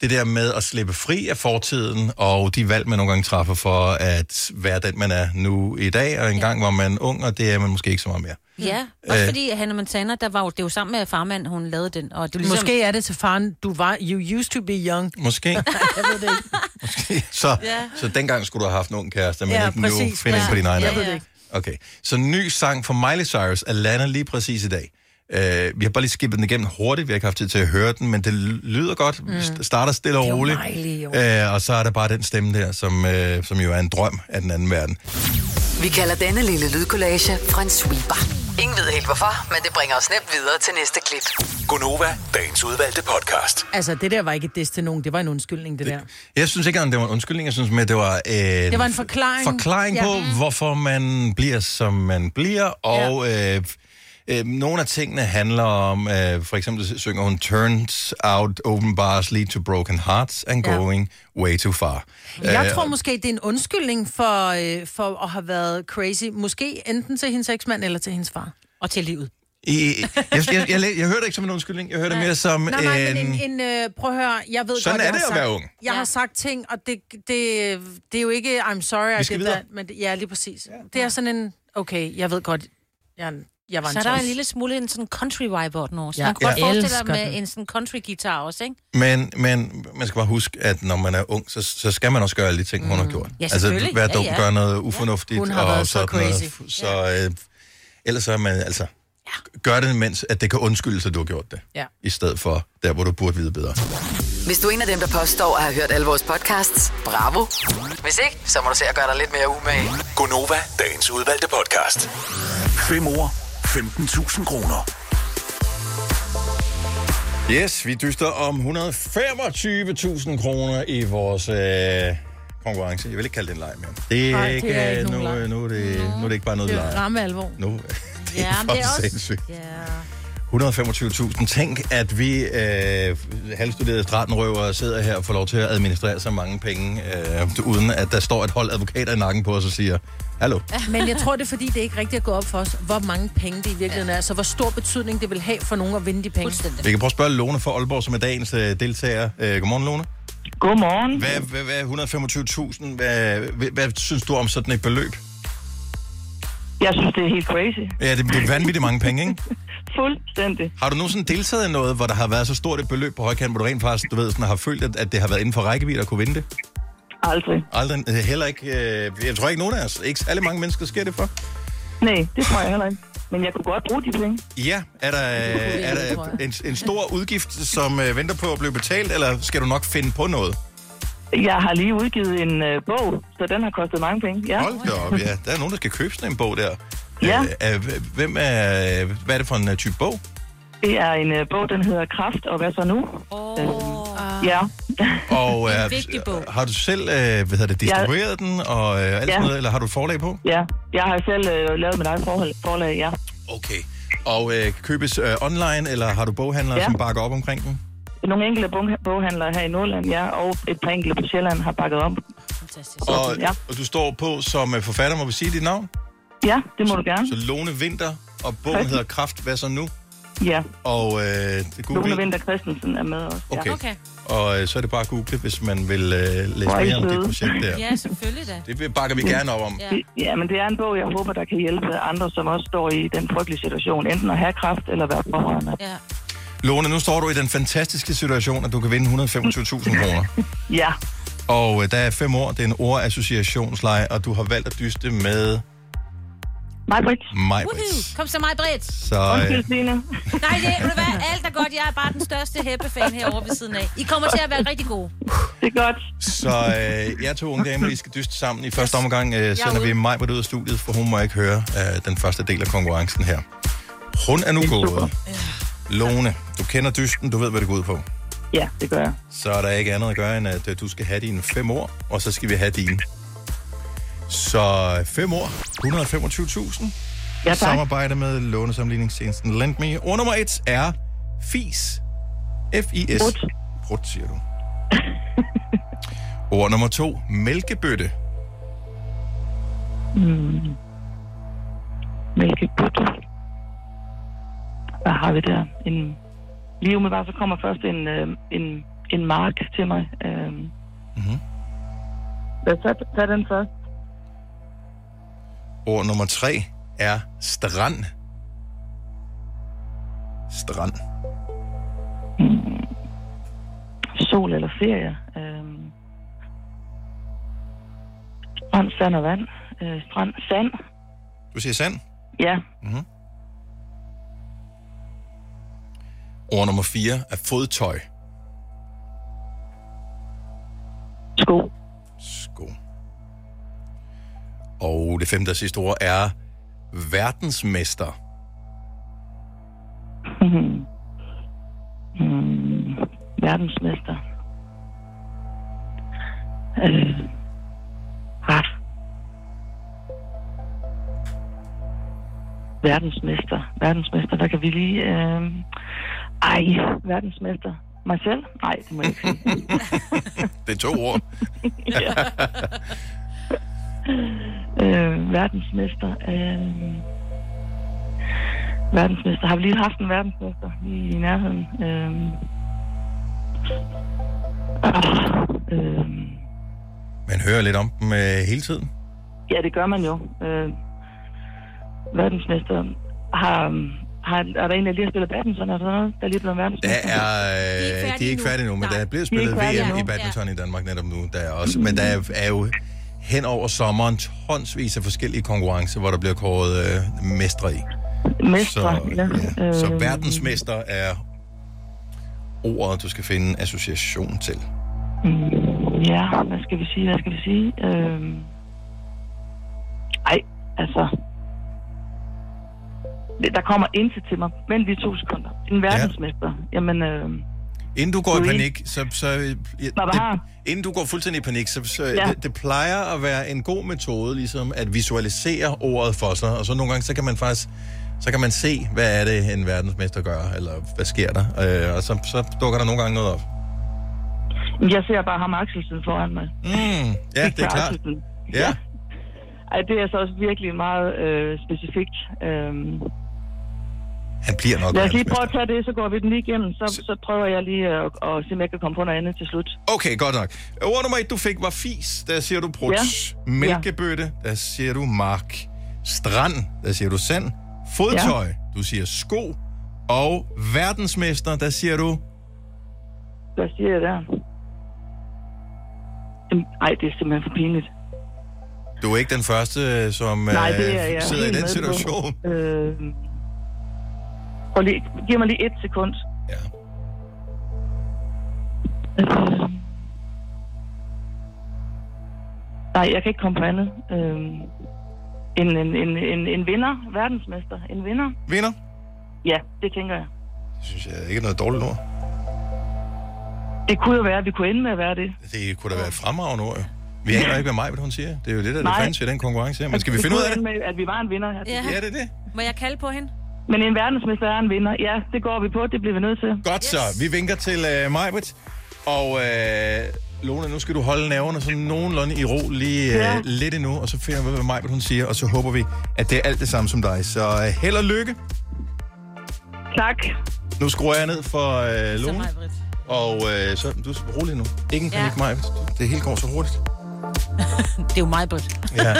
S1: det der med at slippe fri af fortiden, og de valg, man nogle gange træffer for at være den, man er nu i dag, og engang var man ung, og det er man måske ikke så meget mere.
S3: Ja, også
S1: Øh.
S3: fordi Hannah Montana, der var jo, det er jo sammen med farmand, hun lavede den. Og det er ligesom,
S2: Måske er det til faren, du var, you used to be young.
S1: Måske.
S2: Jeg ved det ikke.
S1: så, så dengang skulle du have haft en ung kæreste, men
S2: Ja,
S1: ikke nu.
S2: præcis.
S1: Find ja.
S2: Ja.
S1: på din egen
S2: Jeg
S1: alder.
S2: ved det ikke.
S1: Okay, så en ny sang fra Miley Cyrus er landet lige præcis i dag. Uh, vi har bare lige skippet den igennem hurtigt, vi har ikke haft tid til at høre den, men det lyder godt, mm. starter stille og
S2: jo
S1: roligt,
S2: Miley,
S1: uh, og så er der bare den stemme der, som, uh, som jo er en drøm af den anden verden.
S4: Vi kalder denne lille lydkollage en sweeper. Ingen ved helt hvorfor, men det bringer os nemt videre til næste klip.
S6: Gonova, dagens udvalgte podcast.
S2: Altså, det der var ikke et diss til nogen, det var en undskyldning, det, det der.
S1: Jeg synes ikke, at det var en undskyldning, jeg synes mere, det var, uh,
S2: Det var en forklaring.
S1: forklaring
S2: Ja.
S1: på, hvorfor man bliver, som man bliver, og ja. øh, øh, nogle af tingene handler om, øh, for eksempel synger hun, turns out open bars lead to broken hearts and
S2: Ja.
S1: going way too far.
S2: Jeg
S1: Øh,
S2: tror måske, det er en undskyldning for, øh, for at have været crazy. Måske enten til hendes eksmand eller til hendes far.
S3: og til livet.
S1: I, jeg, jeg, jeg, jeg, jeg hørte det ikke som en undskyldning, jeg hørte det mere som
S2: Nej, nej,
S1: en...
S2: men en, en øh, prøv at høre, jeg ved
S1: Sådan
S2: godt,
S1: er
S2: jeg
S1: det
S2: har
S1: at
S2: sagt,
S1: være ung.
S2: Jeg
S3: Ja.
S2: har sagt ting, og det, det, det er jo ikke, I'm sorry,
S1: Vi
S2: I
S1: skal
S2: did
S1: videre.
S2: that, men det- ja, lige præcis. Ja. Det er sådan en, okay, jeg ved godt, jeg, er en- jeg var en
S3: Så er der
S2: toss.
S3: en lille smule en sådan country vibe over den også.
S2: Ja,
S3: Man kunne
S2: jeg
S3: godt forestille dig
S2: elsker
S3: med
S2: den.
S3: en sådan country guitar også, ikke?
S1: Men, men man skal bare huske, at når man er ung, så, så skal man også gøre alle de ting, hun har gjort.
S3: Mm. Ja,
S1: altså
S3: selvfølgelig.
S1: være
S3: Ja,
S1: dum,
S3: ja.
S1: gøre noget ufornuftigt.
S2: Hun har
S1: og
S2: været så
S1: sådan noget.
S2: crazy.
S1: Så øh, ellers så er man altså...
S3: Ja,
S1: Gør det, mens at det kan undskyldes, at du har gjort det.
S2: Ja.
S1: I stedet for der, hvor du burde vide bedre.
S4: Hvis du er en af dem, der påstår at have hørt alle vores podcasts, bravo. Hvis ikke, så må du se at gøre dig lidt mere umage.
S12: Gonova, dagens udvalgte podcast. 5 ord, 15.000 kroner.
S1: Yes, vi dyster om 125.000 kroner i vores øh, konkurrence. Jeg vil ikke kalde det en leg mere. Det er,
S2: Nej, det
S1: ikke,
S2: er ikke
S1: øh,
S2: nogen
S1: nu,
S2: leg.
S1: øh, nu, er det, nu er det ikke bare noget,
S2: Det
S1: vi
S2: er
S1: leger.
S2: ramme alvor.
S1: Nu, det er ja,
S2: men
S1: for sindssygt.
S3: Ja.
S1: 125.000. Tænk, at vi øh, halvstuderede stratenrøvere sidder her og får lov til at administrere så mange penge, øh, uden at der står et hold advokater i nakken på os og siger, hallo.
S2: Men jeg tror, det er fordi, det ikke rigtigt er gået op for os, hvor mange penge det i virkeligheden er. Altså, hvor stor betydning det vil have for nogen at vinde de penge.
S1: Vi kan prøve at spørge Lone fra Aalborg, som er dagens øh, deltager. Øh, godmorgen, Lone.
S13: Godmorgen.
S1: Hvad, hvad, hvad er 125.000? Hvad, hvad, hvad synes du om sådan et beløb?
S13: Jeg synes, det er helt crazy.
S1: Ja, det bliver vanvittigt mange penge, ikke?
S13: Fuldstændig.
S1: Har du nogensinde deltaget i noget, hvor der har været så stort et beløb på højkant, hvor du rent faktisk du ved, sådan, har følt, at, at det har været inden for rækkevidde at kunne vinde det?
S13: Aldrig.
S1: Aldrig. øh, Heller ikke. Øh, jeg tror ikke nogen af os. Ikke særlig mange mennesker sker det for.
S13: Nej, det tror jeg heller ikke. Men jeg kunne godt bruge de penge.
S1: Ja, er der, øh, er der en, en stor udgift, som øh, venter på at blive betalt, eller skal du nok finde på noget?
S13: Jeg har lige udgivet en øh, bog, så den har kostet mange penge. Ja.
S1: Hold da op, ja. Der er nogen, der skal købe sådan en bog der.
S13: Ja.
S1: Øh, øh, hvem er, hvad er det for en øh, type bog?
S13: Det er en øh, bog, den hedder Kraft, og hvad så nu? Oh. Øh, ja.
S1: Og
S13: En
S1: øh,
S13: vigtig bog.
S1: har du selv øh, hvad hedder det, distribueret ja. den og øh,
S13: Ja.
S1: alt sådan noget, eller har du et forlag på?
S13: ja. Jeg har selv øh, lavet mit eget forhold, forlag, ja.
S1: Okay. Og øh, købes øh, online, eller har du boghandlere, ja.
S13: Ja.
S1: som bakker op omkring den?
S13: Nogle enkelte bog- boghandlere her i Nordland, ja, og et par enkelte på Sjælland har bakket om.
S1: Og,
S13: Ja.
S1: og du står på som øh, forfatter, må vi sige dit navn?
S13: Ja, det må du gerne.
S1: Så Lone Vinter, og bogen
S13: Christen.
S1: hedder Kraft, hvad så nu?
S13: Ja,
S1: Og øh, det Google.
S13: Lone Vinter Christensen er med også. ja.
S1: Okay. okay. Og øh, så er det bare at google, hvis man vil øh, læse
S13: Hvor er I
S1: mere om det
S13: søde.
S1: projekt der.
S3: Ja, selvfølgelig da.
S1: Det bakker vi gerne op om.
S13: Ja. ja, men det er en bog, jeg håber, der kan hjælpe andre, som også står i den frygtelige situation, enten at have kræft eller være pårørende.
S3: Ja.
S1: Lone, nu står du i den fantastiske situation, at du kan vinde 125.000 kroner.
S13: ja.
S1: Og øh, der er fem ord, det er en ordassociationsleje, og du har valgt at dyste med
S13: Majbrit.
S1: Majbrit.
S3: Kom så mig, Britt.
S1: Så, øh, Undskyld,
S13: Signe.
S3: Nej, det vil være alt er godt. Jeg er bare den største hæppefan herovre ved siden af. I kommer til at være rigtig gode.
S13: Det er godt.
S1: Så øh, jeg to unge damer, I skal dyste sammen. I første omgang øh, sender vi Majbrit ud af studiet, for hun må ikke høre øh, den første del af konkurrencen her. Hun er nu gået. Lone, du kender dysten, du ved, hvad det går ud på.
S13: Ja, det gør jeg.
S1: Så er der ikke andet at gøre, end at øh, du skal have dine fem ord, og så skal vi have dine. Så fem ord, 125.000.
S13: Ja, tak.
S1: Samarbejde med lånesamligningstjenesten LendMe. Ord nummer et er FIS. F-I-S.
S13: Brut.
S1: Brut, siger du. Ord nummer to, mælkebøtte.
S13: Mm. Mælkebut. Hvad har vi der? En... Lige umiddelbart, så kommer først en, øh, en, en mark til mig. Øh.
S1: Mhm.
S13: Lad os tage- tage den først.
S1: Ord nummer tre er strand. Strand.
S13: Sol eller ferie. Øh. Strand, sand og vand. Øh, strand, sand.
S1: Du siger sand.
S13: Ja,
S1: Mm-hmm. Ord nummer 4 er fodtøj.
S13: Sko.
S1: Sko. Og det femte og sidste ord er verdensmester.
S13: Mhm. Mm, verdensmester. Øh. Ret. Verdensmester. Verdensmester, der kan vi lige... Øh... Ej, verdensmester. Mig selv? Nej, det må jeg ikke sige.
S1: Det er to ord.
S13: Ja. øh, verdensmester. Øh... Verdensmester. Har vi lige haft en verdensmester lige i nærheden? Øh... Øh...
S1: Man hører lidt om dem øh, hele tiden.
S13: Ja, det gør man jo. Øh... Verdensmester. Har, øhm, har, er der en, der lige har spillet badminton eller sådan noget, der lige er blevet
S1: Der
S13: verdensmester?
S1: er, øh, de er ikke færdige nu, men der bliver
S13: De er
S1: spillet
S13: ikke færdige
S1: VM
S13: endnu.
S1: i badminton i Danmark netop nu. Der er også, men der er, er jo hen over sommeren tonsvis af forskellige konkurrencer, hvor der bliver kåret øh, mestre i. Så,
S13: Mestre, ja.
S1: ja.
S13: Øh,
S1: så verdensmester er ordet, du skal finde association til.
S13: mm, Ja, hvad skal vi sige, hvad skal vi sige? Øh, ej, altså... Der kommer intet til mig. Vent lige to sekunder. En verdensmester. Jamen, øh,
S1: Inden du går i
S13: Louis.
S1: panik, så... så øh, ja,
S13: hvad
S1: det,
S13: har jeg?
S1: inden du går fuldstændig i panik, så, så
S13: Ja.
S1: det, det plejer at være en god metode, ligesom at visualisere ordet for sig, og så nogle gange, så kan man faktisk så kan man se, hvad er det, en verdensmester gør, eller hvad sker der, øh, og så, så dukker der nogle gange noget op.
S13: jeg ser bare ham og Axelsen foran mig.
S1: Mm, ja, det er klart. Ja,
S13: Ej, det er så også virkelig meget øh, specifikt. Øh,
S1: han bliver nok
S13: lad os lige
S1: verdensmester.
S13: prøve at tage det, så går vi den lige igennem. Så, så prøver jeg lige at, at se, om jeg kan komme på noget andet til slut.
S1: Okay, godt nok. Ord nummer et, du fik, var fis. Der siger du bruts.
S13: Ja.
S1: Ja. Mælkebøtte. Der siger du mark. Strand. Der siger du sand. Fodtøj. Ja. Du siger sko. Og verdensmester. Der siger du...
S13: Hvad siger jeg der? Jamen, Ej, det er simpelthen for pinligt.
S1: Du er ikke den første, som
S13: Nej,
S1: øh,
S13: det er jeg
S1: sidder i
S13: helt
S1: den
S13: med på.
S1: situation.
S13: Øh, prøv lige, giv mig lige et sekund. Ja. Nej, jeg kan ikke komme på andet. Øh, en, en, en, en, en vinder, verdensmester, en vinder.
S1: Vinder?
S13: Ja, det tænker jeg.
S1: Det synes jeg ikke er noget dårligt ord.
S13: Det kunne jo være, at vi kunne ende med at være det.
S1: Det kunne da være et fremragende ord, jo. Vi aner ikke, hvad mig, hvad hun siger. Det er jo det, der er det
S13: Nej.
S1: fancy i den konkurrence her. Men skal vi
S13: det
S1: finde ud
S13: kunne
S1: af det?
S13: ende Med, at vi var en vinder.
S3: Ja.
S1: Ja, det er det.
S3: Må jeg kalde på hende?
S13: Men en verdensmester er en vinder. Ja, det går vi på. Det bliver vi nødt til.
S1: Godt så. Vi vinker til øh, Majbrit. Og øh, Lone, nu skal du holde nerverne sådan nogenlunde i ro lige øh,
S13: Ja.
S1: ja. lidt endnu, og så finder vi ud af, hvad Majbrit hun siger, og så håber vi, at det er alt det samme som dig. Så øh, held og lykke.
S13: Tak.
S1: Nu skruer jeg ned for øh, Lone.
S3: Maj-Brit.
S1: Og øh, så, du er så rolig nu. Ikke en
S3: Ja.
S1: panik, ja. Majbrit. Det hele går så hurtigt.
S3: Det er jo mig, Britt.
S1: Ja.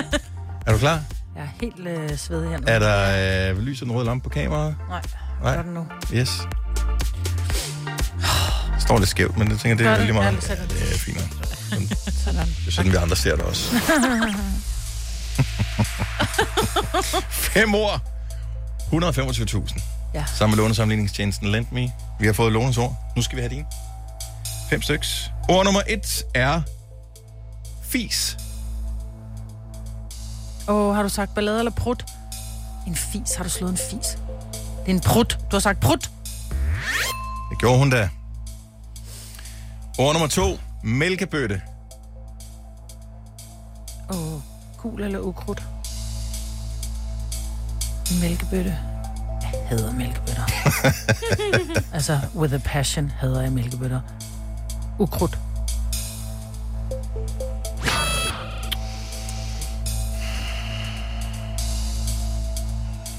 S1: Er du klar?
S2: Jeg er helt øh, svedig her nu.
S1: Er der øh, lys og den røde lampe på kameraet?
S2: Nej,
S1: Nej.
S2: gør den nu.
S1: Yes. Det står lidt skævt, men jeg tænker, det
S2: Gør
S1: er
S2: det.
S1: lige meget.
S2: Ja, det er sådan.
S1: det er fint. nok.
S2: Sådan.
S1: Det er sådan, vi andre ser det også. Fem år. 125.000.
S2: Ja.
S1: Sammen med lånesamligningstjenesten LendMe. Vi har fået lånens ord. Nu skal vi have din. Fem styks. Ord nummer et er fis.
S2: Åh, oh, har du sagt ballade eller prut? En fis. Har du slået en fis? Det er en prut. Du har sagt prut.
S1: Det gjorde hun da. Ord nummer to. Mælkebøtte.
S2: Åh, oh, gul eller ukrudt? En mælkebøtte. Jeg hader mælkebøtter. altså, with a passion hader jeg mælkebøtter. Ukrudt.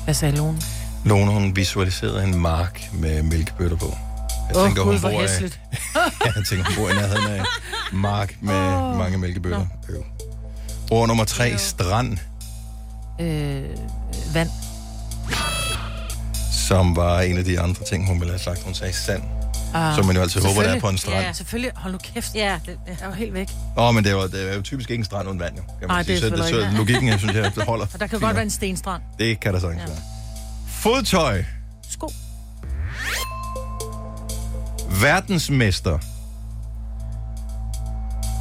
S2: Hvad sagde Lone?
S1: Lone, hun visualiserede en mark med mælkebøtter på. Jeg
S2: Åh,
S1: tænker,
S2: Gud,
S1: hun
S2: hvor
S1: bor i-
S2: hæsligt.
S1: Ja, jeg tænker, hun bor i nærheden af en mark med
S2: Åh.
S1: oh. mange mælkebøtter. Øv. Ord nummer tre. Strand,
S2: Øh, vand.
S1: som var en af de andre ting, hun ville have sagt. Hun sagde sand.
S2: Ah,
S1: Som man jo altid håber, der er
S2: selvfølgelig.
S1: på en strand.
S2: Ja, selvfølgelig. Hold nu kæft. Ja, det, ja. Jeg er jo helt væk.
S1: Åh, oh, men det var, det var jo typisk ikke en strand uden vand, jo. Kan man
S2: Nej, det er
S1: sige. så,
S2: selvfølgelig
S1: så
S2: ikke.
S1: logikken, jeg synes, jeg det holder.
S2: Og der kan
S1: Fint
S2: godt
S1: nok.
S2: være en stenstrand.
S1: Det kan der sagtens ja. være. Fodtøj.
S2: Sko.
S1: Verdensmester.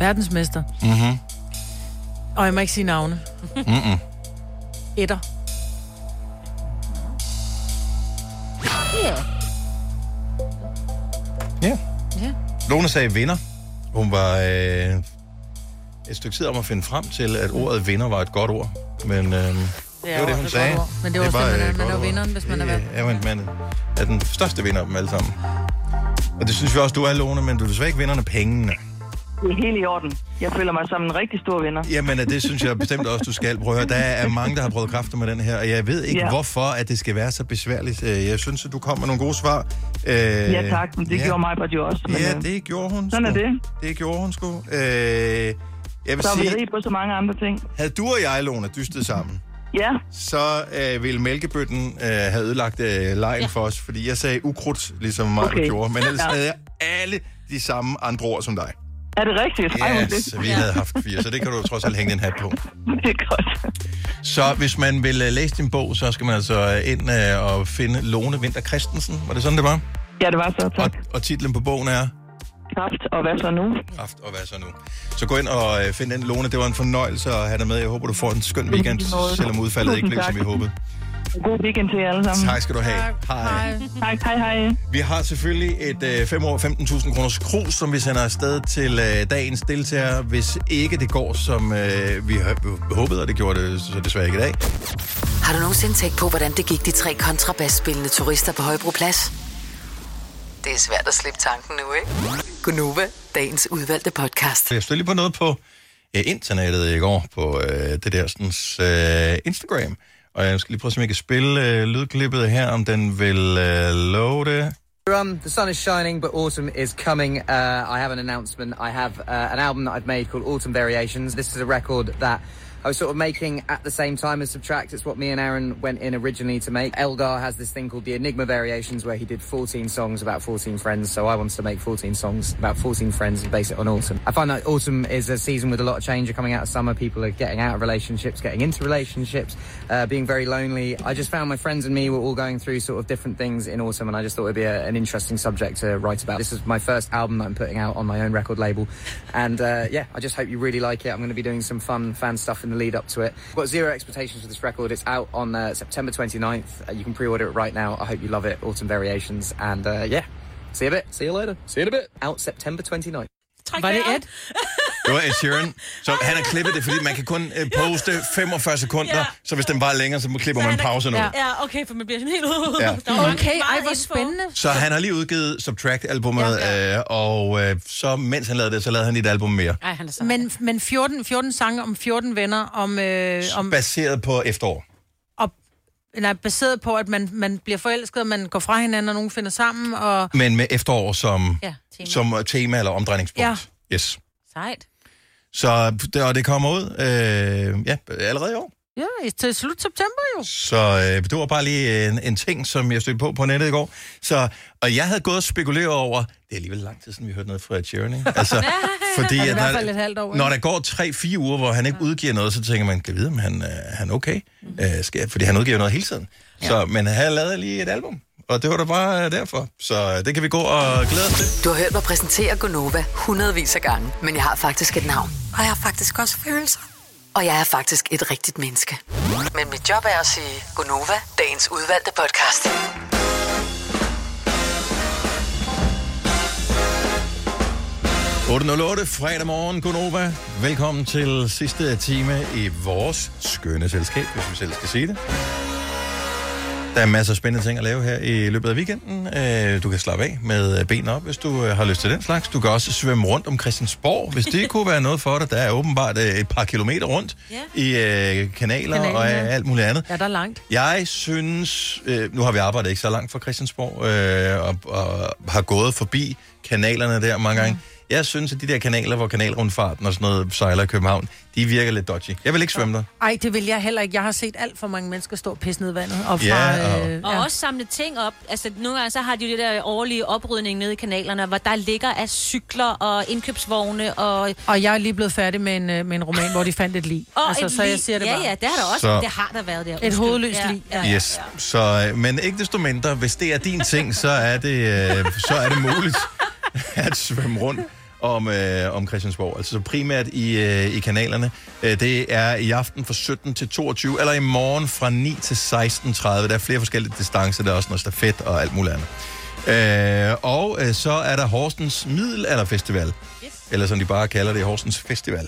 S2: Verdensmester.
S1: Mm-hmm.
S2: Og jeg må ikke sige navne.
S1: Mm-mm.
S2: Etter.
S3: Ja.
S1: Ja.
S3: Ja.
S1: Lone sagde vinder. Hun var øh, et stykke tid om at finde frem til, at ordet vinder var et godt ord. Men øh, det var det, øh, hun
S2: et
S1: sagde.
S2: godt ord. Men det var også det, man er. Man er jo vinderen, hvis man er
S1: vand. Ja, men man er den største vinder af dem alle sammen. Og det synes vi også, du er, Lone, men du er desværre ikke vinderne pengene.
S13: Det er helt i orden. Jeg føler mig som en rigtig stor vinder.
S1: Jamen, øh, det synes jeg bestemt også, du skal prøve. at høre. Der er mange, der har prøvet kræfter med den her, og jeg ved ikke,
S13: Ja.
S1: ja. hvorfor at det skal være så besværligt. Øh, Jeg synes, at du kom med nogle gode svar. Øh,
S13: Ja tak, men det gjorde mig bare jo også. Men,
S1: ja,
S13: øh,
S1: det gjorde hun.
S13: Sådan er
S1: sgu.
S13: det.
S1: Det gjorde hun sgu. Øh, jeg vil
S13: Så er vi
S1: sige,
S13: rige på så mange andre ting.
S1: havde du og jeg, Lone, dystet sammen,
S13: Ja,
S1: så øh, ville mælkebøtten øh, have ødelagt øh, lejen ja. for os, fordi jeg sagde ukrudt, ligesom mig okay.
S13: Okay.
S1: gjorde, men ellers
S13: Ja.
S1: ja. havde jeg alle de samme andre ord som dig.
S13: Er det rigtigt? Ej, hvor
S1: Yes,
S13: fedt.
S1: vi havde haft fire, så det kan du trods alt hænge din hat på.
S13: Det er godt.
S1: Så hvis man vil øh, læse din bog, så skal man altså øh, ind øh, og finde Lone Vinter Christensen. Var det sådan, det var?
S13: Ja, det var så.
S1: Og, og titlen på bogen er?
S13: Kraft og hvad så nu?
S1: Kraft og hvad så nu? Så gå ind og øh, find den, Lone. Det var en fornøjelse at have dig med. Jeg håber, du får en skøn weekend,
S13: lige måde.
S1: selvom udfaldet ikke
S13: Tusind
S1: blev, som vi
S13: tak.
S1: håbede.
S13: God weekend til jer alle sammen.
S1: Tak skal du have. Tak. Hej.
S13: Hej, hej, hej.
S1: Vi har selvfølgelig et øh, 5 år 15.000 kroners krus, som vi sender afsted til øh, dagens deltager, hvis ikke det går, som øh, vi har- håbede, og det gjorde det så desværre ikke i dag.
S4: Har du nogensinde tænkt på, hvordan det gik de tre kontrabasspillende turister på Højbroplads? Det er svært at slippe tanken nu, ikke? Gunova, dagens udvalgte podcast.
S1: Jeg stod lige på noget på øh, internettet i går, på øh, det der sådan, øh, Instagram. Og jeg skal lige prøve at se, om jeg kan spille øh, lydklippet her, om den vil øh, loade.
S14: Um, the sun is shining, but autumn is coming. Uh, I have an announcement. I have uh, an album that I've made called Autumn Variations. This is a record that I was sort of making at the same time as Subtract. It's what me and Aaron went in originally to make. Elgar has this thing called the Enigma Variations, where he did 14 songs about 14 friends. So I wanted to make 14 songs about 14 friends and base it on autumn. I find that autumn is a season with a lot of change. You're coming out of summer, people are getting out of relationships, getting into relationships, uh, being very lonely. I just found my friends and me were all going through sort of different things in autumn, and I just thought it'd be a, an interesting subject to write about. This is my first album that I'm putting out on my own record label, and uh, yeah, I just hope you really like it. I'm going to be doing some fun fan stuff in the lead up to it. I've got zero expectations for this record. It's out on uh, September 29th. Uh, you can pre-order it right now. I hope you love it. Autumn Variations, and uh, yeah, see you a bit. See you later. See you in a bit. Out September 29th.
S2: Var det Ed?
S1: Det var Ed Sheeran. Så han har klippet det, fordi man kan kun øh, poste 45 sekunder,
S3: Ja.
S1: ja. så hvis den var længere, så klipper man pause nu.
S3: Ja. ja, okay, for man bliver sådan helt ude.
S1: Ja.
S2: Okay, ej, hvor spændende.
S1: Så han har lige udgivet Subtract-albummet, øh, og øh, så mens han lavede det, så lavede han et album mere,
S3: Ej, han er så
S2: men, men 14, 14 sange om 14 venner, om, øh, om,
S1: baseret på efterår.
S2: nej, baseret på, at man, man bliver forelsket, og man går fra hinanden, og nogen finder sammen, og...
S1: Men med efterår som,
S2: Ja,
S1: tema. som øh, tema eller omdrejningspunkt.
S2: Ja.
S1: Yes.
S3: Sejt.
S1: Så det, og det kommer ud øh, ja, allerede i år.
S2: Ja, i- til slut september jo.
S1: Så øh, det var bare lige en, en ting, som jeg stødte på på nettet i går. Så, og jeg havde gået og spekuleret over, det er alligevel lang tid siden, vi hørte noget fra Ed Sheeran, ikke? Altså, fordi,
S2: Ja, det er i
S1: at
S2: hvert
S1: når-
S2: fald et halvt år, ikke?
S1: Når der går 3-4 uger, hvor han ikke udgiver noget, så tænker man, kan vide, om han, øh, han er okay?
S2: Mm.
S1: Øh, skal, jeg- fordi han udgiver noget hele tiden. Ja. Så, men han lavede lige et album, og det var da bare øh, derfor. Så øh, det kan vi gå og glæde os til.
S4: Du har hørt mig præsentere Gunova hundredvis af gange, men jeg har faktisk et navn. Og jeg har faktisk også følelser. Og jeg er faktisk et rigtigt menneske. Men mit job er at sige Gunova, dagens udvalgte podcast.
S1: Mm. 8.08, fredag morgen, Gunova. Velkommen til sidste time i vores skønne selskab, hvis vi selv skal sige det. Der er masser af spændende ting at lave her i løbet af weekenden. Øh, Du kan slappe af med benene op, hvis du øh, har lyst til den slags. Du kan også svømme rundt om Christiansborg, hvis det kunne være noget for dig. Der er åbenbart øh, et par kilometer rundt i øh, kanaler
S2: Kanalen,
S1: og
S2: ja.
S1: øh, alt muligt andet.
S2: Ja, der er langt.
S1: Jeg synes, øh, nu har vi arbejdet ikke så langt fra Christiansborg, øh, og, og har gået forbi kanalerne der mange gange. Jeg synes, at de der kanaler, hvor kanalrundfarten og sådan noget sejler i København, de virker lidt dodgy. Jeg vil ikke svømme der.
S2: Ej, det vil jeg heller ikke. Jeg har set alt for mange mennesker stå og pisse ned i vandet. Og fra,
S1: Ja,
S2: øh,
S1: og-
S3: Og også samle ting op. Altså, nogle gange så har de jo det der årlige oprydning nede i kanalerne, hvor der ligger af cykler og indkøbsvogne og...
S2: Og jeg er lige blevet færdig med en, øh, med en roman, hvor de fandt et lig.
S3: Og
S2: altså,
S3: et
S2: så
S3: lig.
S2: jeg siger det
S3: ja,
S2: bare.
S3: Ja, det har der også.
S1: Så-
S3: Det har der været der.
S2: Et hovedløst
S3: ja.
S2: lig.
S3: Ja.
S1: Yes. Så, øh, men ikke desto mindre, hvis det er din ting, så er det, øh, så er det muligt at svømme rundt om, øh, om Christiansborg. Altså primært i, øh, i kanalerne. Øh, det er i aften fra 17 til 22, eller i morgen fra 9 til 16.30. Der er flere forskellige distancer. Der er også noget stafet og alt muligt andet. Øh, og øh, så er der Horsens Middelalderfestival. Yes. Eller som de bare kalder det, Horsens Festival.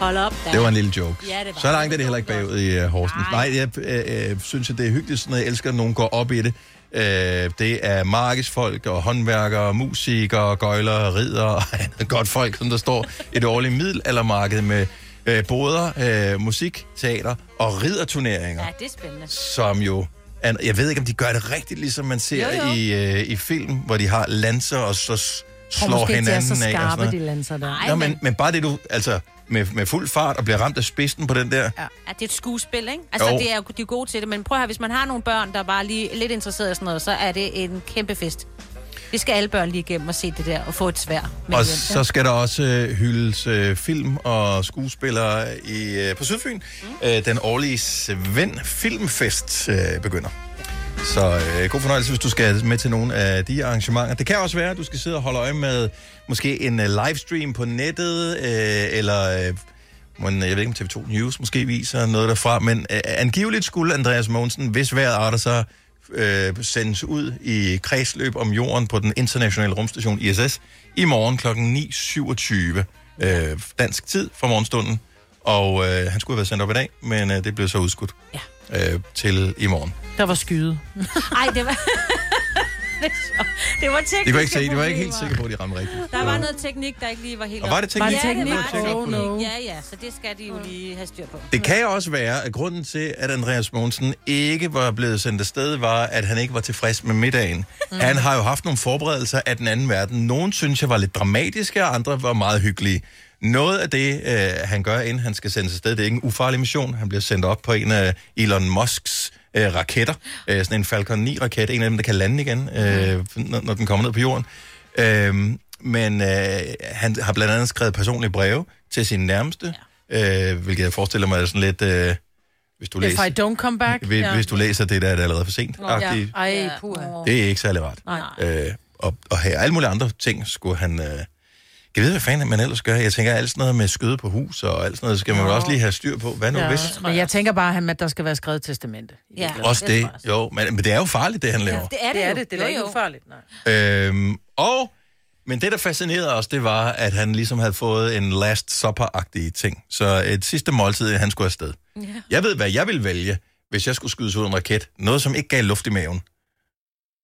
S3: Hold op. Der.
S1: Det var en lille joke.
S3: Ja, det var.
S1: Så langt er det heller ikke bagud i uh, Horsens. Nej, jeg øh, øh, synes, at det er hyggeligt, sådan noget. Jeg elsker, at nogen går op i det. Øh, det er markedsfolk og håndværkere, musikere, gøjlere, ridder og andet godt folk, som der står et årligt middelaldermarked med øh, boder, øh, musik, teater og ridderturneringer
S3: Ja, det er spændende.
S1: som jo... er- Jeg ved ikke, om de gør det rigtigt, ligesom man ser
S2: Jo,
S1: jo,
S2: jo.
S1: jo. I, øh, i film, hvor de har lanser, og så s-
S2: Jeg tror
S1: slår
S2: måske ikke, de er
S1: hinanden
S2: så
S1: af. Og sådan
S2: skarpe, de
S1: noget.
S2: lanser der.
S1: Nå, men, men bare det, du... Altså, med, med fuld fart og bliver ramt af spidsen på den der. Ja.
S3: Ja, det er et skuespil, ikke? Altså,
S1: Jo.
S3: det er, jo- de er gode til det, men prøv at høre, hvis man har nogle børn, der bare lige er lidt interesseret i sådan noget, så er det en kæmpe fest. Det skal alle børn lige igennem og se det der, og få et svær med
S1: Og
S3: hjem, ja.
S1: så skal der også øh, hyldes øh, film og skuespillere i, øh, på Sydfyn. Mm. Øh, den årlige Svend Filmfest øh, begynder. Så øh, god fornøjelse, hvis du skal med til nogle af de arrangementer. Det kan også være, at du skal sidde og holde øje med måske en øh, livestream på nettet, øh, eller øh, men jeg ved ikke, om TV2 News måske viser noget derfra, men øh, angiveligt skulle Andreas Mogensen, hvis vejret arter sig, øh, sendes ud i kredsløb om jorden på den internationale rumstation ISS i morgen kl. 9.27 øh, dansk tid fra morgenstunden. Og øh, han skulle have været sendt op i dag, men øh, det blev så udskudt ja. øh, til i morgen.
S2: Der var skyde.
S3: Ej, det var... det var teknisk.
S1: Det kunne jeg ikke se. Det var jeg ikke helt sikker på, at de ramte rigtigt.
S3: Der var noget teknik, der ikke lige var helt...
S1: Og var det
S3: op.
S1: teknik?
S3: Ja, det
S1: Var det
S3: var
S1: teknik?
S3: teknik.
S1: Oh, no.
S3: Ja, ja, så det skal de jo lige have styr på.
S1: Det kan også være, at grunden til, at Andreas Mogensen ikke var blevet sendt afsted, var, at han ikke var tilfreds med middagen. Mm. Han har jo haft nogle forberedelser af den anden verden. Nogle synes jeg var lidt dramatiske, og andre var meget hyggelige. Noget af det, øh, han gør, inden han skal sendes afsted, det er ikke en ufarlig mission. Han bliver sendt op på en af Elon Musks øh, raketter. Øh, sådan en Falcon 9-raket. En af dem, der kan lande igen, øh, når, når den kommer ned på jorden. Øhm, men øh, han har blandt andet skrevet personlige breve til sine nærmeste, ja. øh, hvilket jeg forestiller mig er sådan lidt, øh, hvis, du
S2: If
S1: læser,
S2: I don't come back.
S1: hvis, hvis du læser det, der er det allerede for sent.
S2: Nå,
S1: agtigt.
S2: Ej, puha.
S1: Det er ikke særlig rart.
S2: Nej.
S1: Øh, og, og her, alle mulige andre ting skulle han... Øh, jeg ved, hvad fanden man ellers gør. Jeg tænker, alt sådan noget med skøde på hus og alt sådan noget, skal man vel også lige have styr på. Hvad nu ja. hvis?
S2: Men jeg tænker bare, at der skal være skrevet testamente. Ja.
S1: Også det, jo. Men, men det er jo farligt, det han laver.
S3: Altså,
S2: Det er det, det er det. Det er
S3: Jo,
S2: da ikke
S3: jo.
S2: ufarligt, nej.
S1: Øhm, og, men det, der fascinerede os, det var, at han ligesom havde fået en last supper-agtig ting. Så et sidste måltid, han skulle afsted.
S15: Ja.
S1: Jeg ved, hvad jeg ville vælge, hvis jeg skulle skydes ud af en raket. Noget, som ikke gav luft i maven.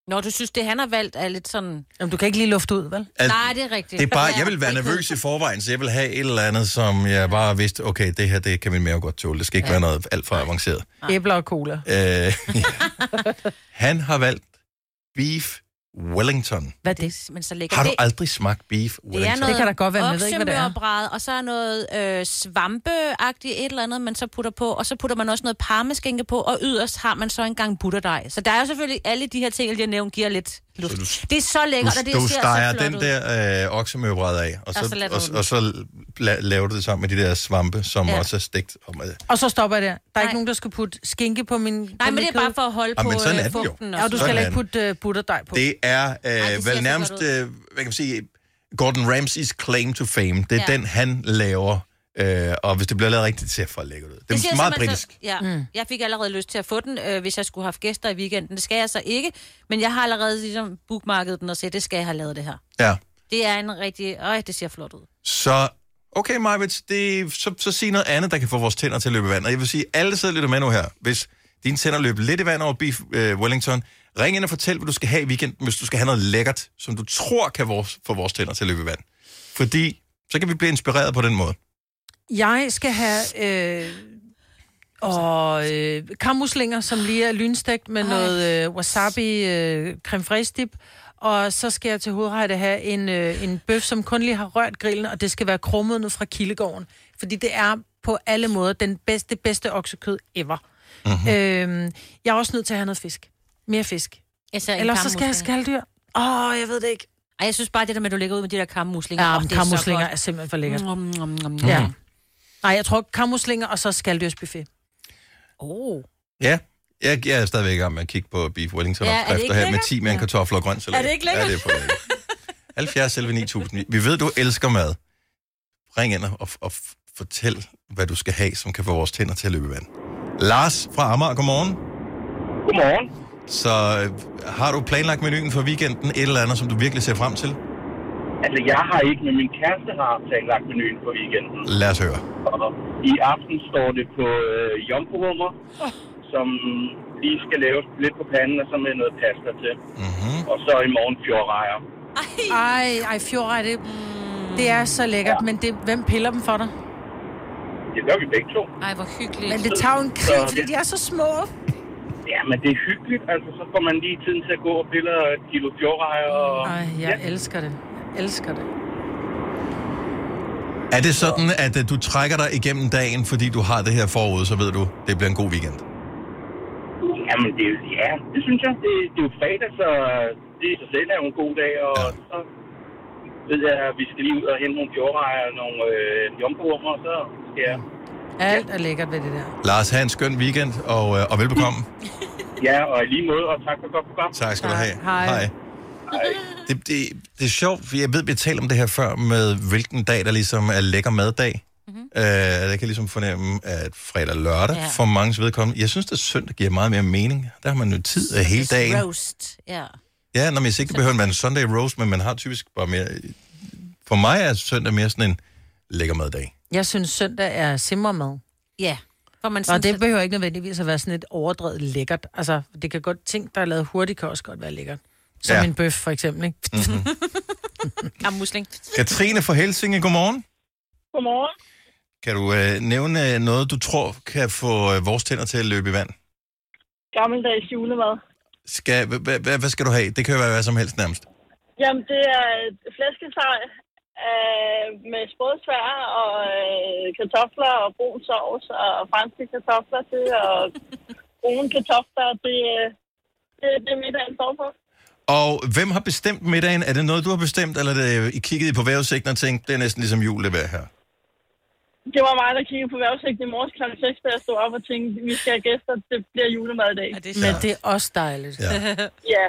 S3: Når du synes, det han har valgt er lidt sådan...
S2: Jamen, du kan ikke lige lufte ud, vel?
S1: Al-
S3: Nej, det er rigtigt.
S1: Det er bare,
S3: Ja,
S1: jeg ville være
S3: det er
S1: nervøs i forvejen, så jeg ville have et eller andet, som jeg bare vidste, okay, det her, det kan min mave godt tåle. Det skal ikke
S2: Ja.
S1: ja. være noget alt for avanceret.
S2: Æbler og cola.
S1: Øh, ja. han har valgt beef Wellington.
S2: Hvad er det?
S3: Men så ligger
S1: Har du
S3: det...
S1: aldrig smagt beef
S3: Det
S1: Wellington?
S3: er noget
S2: Det kan da godt være, men jeg ved ikke, hvad det er.
S3: oksemørbrad, og så er noget øh, svampeagtigt et eller andet, man så putter på, og så putter man også noget parmeskinke på, og yderst har man så engang butterdej. Så der er jo selvfølgelig alle de her ting, jeg lige har nævnt, giver lidt luft.
S1: Så
S3: det er så lækkert, og det
S1: du,
S3: ser
S1: du
S3: så
S1: steger
S3: flot
S1: den
S3: ud.
S1: der øh, oksemøbræd af, og så, og
S3: Og så
S1: så,
S3: lader
S1: og,
S3: du den.
S1: og så la, laver du det sammen med de der svampe, som
S2: Ja.
S1: ja. også er stegt. Og, med,
S2: Og så stopper jeg der. Der er ikke nogen, der skal putte skinke på min... Nej,
S3: men det er bare for at holde
S1: Ah, men på, sådan øh, er den jo. fugten og
S2: Og du
S1: sådan
S2: skal
S1: er
S2: ikke
S1: den.
S2: putte uh, butterdej på.
S1: det er
S2: ser
S1: øh,
S2: så
S1: vel nærmest,
S2: godt ud.
S1: øh, hvad kan man sige, Gordon Ramsays claim to fame. Det er ja.
S3: Ja.
S1: den, han laver. Øh, og hvis det bliver lavet rigtigt, det ser for lækkert ud. Det er
S3: siger
S1: det meget
S3: simpelthen
S1: britisk. Så...
S3: Så, ja, mm. jeg fik allerede lyst til at få den, øh, hvis jeg skulle have haft gæster i weekenden. Det skal jeg så ikke, men jeg har allerede ligesom bookmarket den og set, det skal jeg have lavet det her.
S1: Ja.
S3: Det er en rigtig... Øj, det ser flot ud.
S1: Så, okay, Majvits, det, så, så sig noget andet, der kan få vores tænder til at løbe i vand. Og jeg vil sige, alle sidder og lytter med nu her. Hvis dine tænder løber lidt i vand over Beef øh, Wellington, ring ind og fortæl, hvad du skal have i weekenden, hvis du skal have noget lækkert, som du tror kan vores, få vores tænder til at løbe i vand. Fordi så kan vi blive inspireret på den måde.
S2: Jeg skal have... Øh, og øh, kammuslinger, som lige er lynstegt med Ej. noget øh, wasabi, øh, creme fraiche dip. Og så skal jeg til hovedrette have en, øh, en bøf, som kun lige har rørt grillen, og det skal være krummet ned fra kildegården. Fordi det er på alle måder den bedste, bedste oksekød ever.
S16: Mhm.
S2: Uh-huh. Øhm, jeg er også nødt til at have noget fisk. Mere fisk.
S3: Jeg ser en
S2: Ellers så skal jeg have
S3: kammusling.
S2: skalddyr. Åh, oh, jeg ved det ikke.
S3: Ej, jeg synes bare, det der med, at du ligger ud med de der kammuslinger.
S2: Ja,
S3: åh, det er så
S2: kammuslinger
S3: godt. Mm.
S2: er simpelthen for lækkert.
S3: Nom, nom, nom, nom.
S2: Ja. Nej, jeg tror kammuslinger og så skaldyrsbuffet. Oh.
S1: Ja, jeg, jeg er stadigvæk i gang med at kigge på Beef Wellington
S2: Ja, er
S1: ja,
S2: det ikke
S1: opskrifter her med
S2: lækkert?
S1: 10 med en kartoffel og grøn salat.
S2: Er det ikke
S1: Ja, det er
S2: lækkert?
S1: for lækkert. 70 selv 9000. Vi ved, du elsker mad. Ring ind og, og f- fortæl, hvad du skal have, som kan få vores tænder til at løbe i vand. Lars fra Amager, godmorgen.
S17: Godmorgen.
S1: Så øh, har du planlagt menuen for weekenden, et eller andet, som du virkelig ser frem til?
S17: Altså, jeg har ikke, men min kæreste har planlagt menuen for weekenden.
S1: Lad os høre.
S17: Og i aften står det på øh, jomfrurummer, som lige skal laves lidt på panden, og så med noget pasta til.
S1: Mhm.
S17: Mm-hmm. Og så i morgen fjordrejer.
S2: Ej, ej, fjordrej, det,
S3: Mm.
S2: det er så lækkert, ja. men det, hvem piller dem for dig?
S17: Det gør vi begge to.
S3: Ej, hvor hyggeligt.
S2: Men det tager jo en krig, fordi de er så små.
S17: Ja, men det er hyggeligt. Altså, så får man lige tiden til at gå og pille et kilo fjordrejer. Og...
S2: Ej, jeg elsker det. Jeg elsker det.
S1: Er det sådan, at øh, du trækker dig igennem dagen, fordi du har det her forud, så ved du, det bliver en god weekend?
S17: Jamen, det er jo, ja, det synes jeg. Det, det er jo fredag, så det i sig selv er jo en god dag, og ja. så ved jeg, at vi skal lige ud og hente nogle fjordrejer og nogle øh, jomfruer, så skal jeg.
S1: Mm.
S2: Alt er lækkert ved det der.
S1: Lars, have en skøn weekend, og, øh, og velbekomme.
S17: Ja, og i lige måde, og tak for godt program.
S1: Tak skal du have.
S2: Hej.
S1: Det, det, det er sjovt, for jeg ved, vi har talt om det her før, med hvilken dag, der ligesom er lækker maddag. Mm-hmm. Øh, jeg kan ligesom fornemme, at fredag og lørdag,
S3: Mhm. Ja.
S1: ja. for mange vedkommende, jeg synes, at søndag giver meget mere mening. Der har man jo tid af hele dagen.
S3: Roast, ja.
S1: Ja, når man ikke det behøver at være en Sunday roast, men man har typisk bare mere... For mig er søndag mere sådan en lækker maddag.
S2: Jeg synes, søndag er simmermad.
S3: Ja. For man
S2: og
S3: sådan
S2: det
S3: set-
S2: behøver ikke nødvendigvis at være sådan et overdrevet lækkert. Altså, det kan godt ting, der er lavet hurtigt, kan også godt være lækkert. Som
S1: Ja.
S2: ja. en bøf, for eksempel, ikke?
S3: Mhm.
S1: Mm-hmm.
S3: Am musling.
S1: Katrine fra Helsinge, godmorgen.
S15: Godmorgen.
S1: Kan du øh, nævne øh, noget, du tror kan få øh, vores tænder til at løbe i vand?
S15: Gammeldags julemad.
S1: Skal, hva- hva- hva- hvad skal du have? Det kan jo være hvad som helst nærmest.
S15: Jamen, det er et flæskesteg øh, med sprødsvær og øh, kartofler og brun sovs og franske kartofler til og brune kartofler. Det, øh, det, det er middagen står på.
S1: Og hvem har bestemt middagen? Er det noget, du har bestemt, eller er det, øh, I kiggede på vejrudsigten og tænkte, det er næsten ligesom jul, det vejr her?
S15: Det var mig, der kiggede på vejrudsigten i morges kl. 6, da jeg stod op og tænkte, vi skal have gæster, det bliver julemad i dag.
S2: det Men det er også dejligt.
S1: Ja.
S15: ja,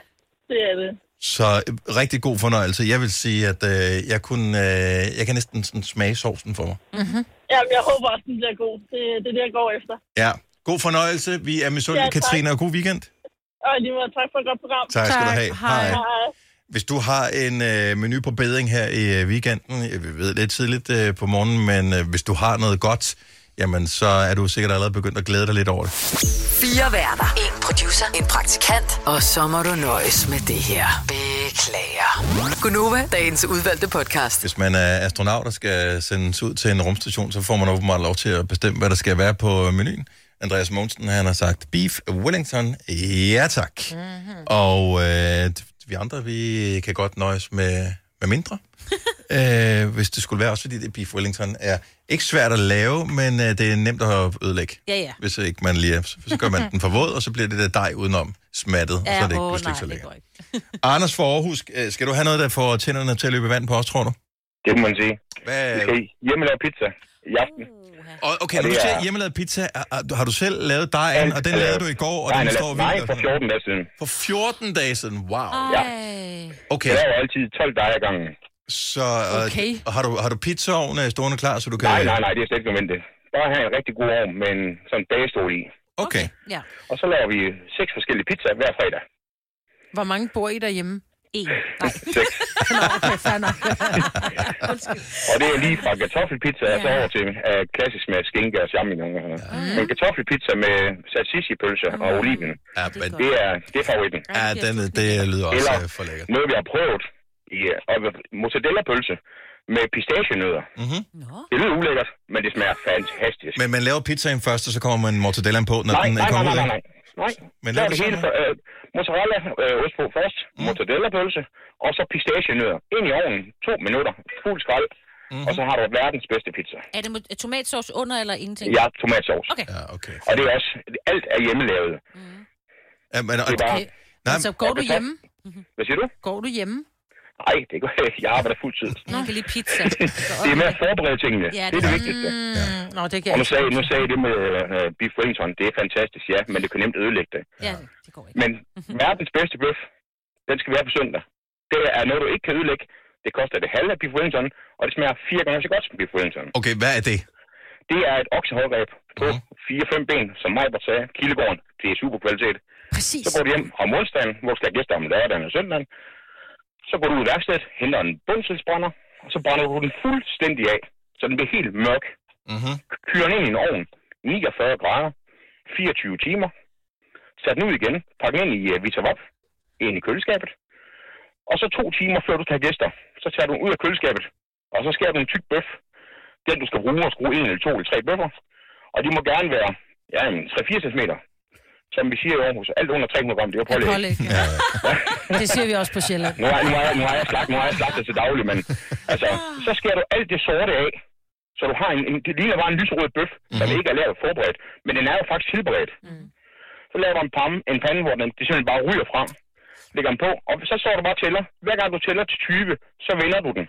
S15: det er det.
S1: Så øh, rigtig god fornøjelse. Jeg vil sige, at øh, jeg, kunne, øh, jeg kan næsten sådan smage sovsen for mig.
S15: Mm-hmm. Jamen, jeg håber også, den bliver god. Det, det er det, jeg går efter.
S1: Ja, god fornøjelse. Vi er misundelige,
S15: Ja,
S1: ja,
S15: tak.
S1: Katrine, og god weekend.
S15: Og lige måde, tak for et godt program.
S1: Tak skal du have. Hej.
S15: Hej.
S1: Hvis du har en øh, menu på bedring her i øh, weekenden, jeg ved det er tidligt øh, på morgenen, men øh, hvis du har noget godt, jamen så er du sikkert allerede begyndt at glæde dig lidt over det.
S4: Fire værter. En producer. En praktikant. Og så må du nøjes med det her. Beklager. Gunova, dagens udvalgte podcast.
S1: Hvis man er astronaut og skal sendes ud til en rumstation, så får man åbenbart lov til at bestemme, hvad der skal være på menuen. Andreas Mogensen, han har sagt beef Wellington. Ja tak.
S3: Mhm.
S1: Mm-hmm. Og øh, d- vi andre, vi kan godt nøjes med, med mindre. øh, hvis det skulle være, også fordi det beef Wellington er ikke svært at lave, men øh, det er nemt at ødelægge.
S3: Ja, ja.
S1: Hvis ikke man lige er, så, så gør man den for våd, og så bliver det der dej udenom smattet, ja, og så er det ikke
S3: åh,
S1: pludselig
S3: nej,
S1: så
S3: det
S1: lækkert.
S3: går ikke.
S1: Anders fra Aarhus, øh, skal du have noget, der får tænderne til at løbe i vand på os, tror du?
S16: Det må man sige.
S1: Hvad?
S16: Vi skal hjemmelavet pizza i aften.
S1: Og, Okay, når du siger hjemmelavet pizza, er- er- har du selv lavet dejen, og den lavede du i går, og
S16: nej,
S1: den
S16: øh, nej,
S1: står
S16: Nej,
S1: vildt.
S16: for 14 dage siden.
S1: For 14 dage siden, wow.
S16: Ja.
S1: Okay.
S16: Jeg laver altid 12 dage ad gangen.
S1: Så øh,
S16: Okay.
S1: og har, du, har du pizzaovnen øh, stående klar, så du kan...
S16: Nej, nej, nej, det er slet ikke nødvendigt. Bare have en rigtig god ovn med en sådan bagestol i.
S1: Okay.
S3: Ja.
S16: Og så laver vi seks forskellige pizzaer hver fredag.
S2: Hvor mange bor I derhjemme? En.
S16: Seks.
S2: Nå, okay, fair nok.
S16: Og det er lige fra kartoffelpizza ja. og så over til uh, klassisk med skinke og champignon og sådan noget.
S2: Ja.
S16: Men kartoffelpizza med salsicipølse og oliven,
S1: ja, men...
S16: det, er, det er favoritten.
S1: Ja, den, det lyder også
S16: Eller-
S1: øh, for lækkert.
S16: Noget, vi har prøvet, ja, og mozzarella-pølse med pistachenødder.
S1: Mm-hmm.
S16: Det lyder ulækkert, men det smager fantastisk.
S1: Men man laver pizzaen først, og så kommer man mortadellaen på, når
S16: nej,
S1: den øh,
S16: nej, nej,
S1: kommer
S16: nej,
S1: ud,
S16: nej,
S1: ikke?
S16: nej. Nej,
S1: Men
S16: men
S1: laver
S16: det
S1: du
S16: hele
S1: så
S16: for, øh, mozzarella, øh, ost på først, mm. mozzarella-pølse, og så pistachenødder. Ind i ovnen, to minutter, fuld skrald, mm-hmm. og så har du verdens bedste pizza.
S3: Er det med tomatsauce under eller ingenting?
S16: Ja, tomatsauce.
S3: Okay.
S1: Ja, okay.
S16: Og det er også, alt er hjemmelavet.
S1: Ja, men,
S16: det er bare,
S2: Okay. Altså, går du hjemme?
S16: Hvad siger du?
S2: Går du hjemme?
S16: Nej, det går ikke. Jeg arbejder fuldtid.
S2: Man kan lige pizza.
S16: det er med at forberede tingene.
S2: Ja,
S16: Ja, det,
S2: det
S16: det er det
S2: er-
S16: vigtigste.
S2: Mm, nå, det kan
S16: Og
S2: jeg
S16: nu sagde,
S2: ikke.
S16: nu sagde jeg det med uh, beef wellington, det er fantastisk, ja, men det kan nemt ødelægge det.
S3: Ja,
S16: Men verdens bedste bøf, den skal være på søndag. Det er noget, du ikke kan ødelægge. Det koster det halve af beef wellington, og det smager fire gange så godt som beef wellington.
S1: Okay, hvad er det? Mhm.
S16: Det er et oksehovedræb på fire-fem ben, som Majbert sagde, Kildegården. Det er super kvalitet.
S2: Præcis.
S16: Så går du hjem om onsdagen, hvor du skal have gæster om lørdagen og søndagen. Så går du ud i værkstedet, henter en bundselsbrænder, og så brænder du den fuldstændig af, så den bliver helt mørk.
S1: Mm-hmm.
S16: Kyr den ind i en ovn, 49 grader, 24 timer. Sæt den ud igen, pak den ind i uh, Vitavop, ind i køleskabet. Og så to timer før du tager gæster, så tager du den ud af køleskabet, og så skærer du en tyk bøf. Den du skal bruge og skrue en eller to eller tre bøffer. Og de må gerne være ja, en 3-4 cm. Som vi siger i Aarhus, alt under 300 gram, det er pålæg.
S2: Pålæg. Det ser vi også på Sjælland.
S16: Nu har, nu har, jeg- nu har jeg slagt, nu har jeg slagtet til daglig, men altså, så skærer du alt det sorte af, så du har en, en det ligner bare en lyserød bøf, mm-hmm. som ikke er lavet forberedt, men den er jo faktisk tilberedt. Mm. Så laver du en, pam, en pande, hvor den det simpelthen bare ryger frem. lægger den på, og så står der bare og tæller. Hver gang du tæller til 20, så vender du den.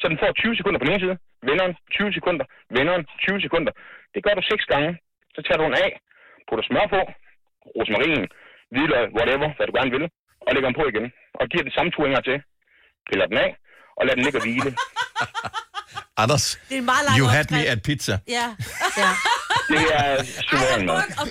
S16: Så den får 20 sekunder på den ene side, vender den 20 sekunder, vender den 20 sekunder. Det gør du seks gange. Så tager du den af, putter smør på, rosmarin, hvidløg, whatever, hvad du gerne vil, og lægger den på igen. Og giver den samme tur en gang til. Piller den af, og lader den ligge og hvile.
S1: Anders,
S3: Det er en meget lang
S1: you had me
S3: opskrift.
S1: at pizza.
S3: Ja, ja.
S16: Det er suveræn mad.
S3: Og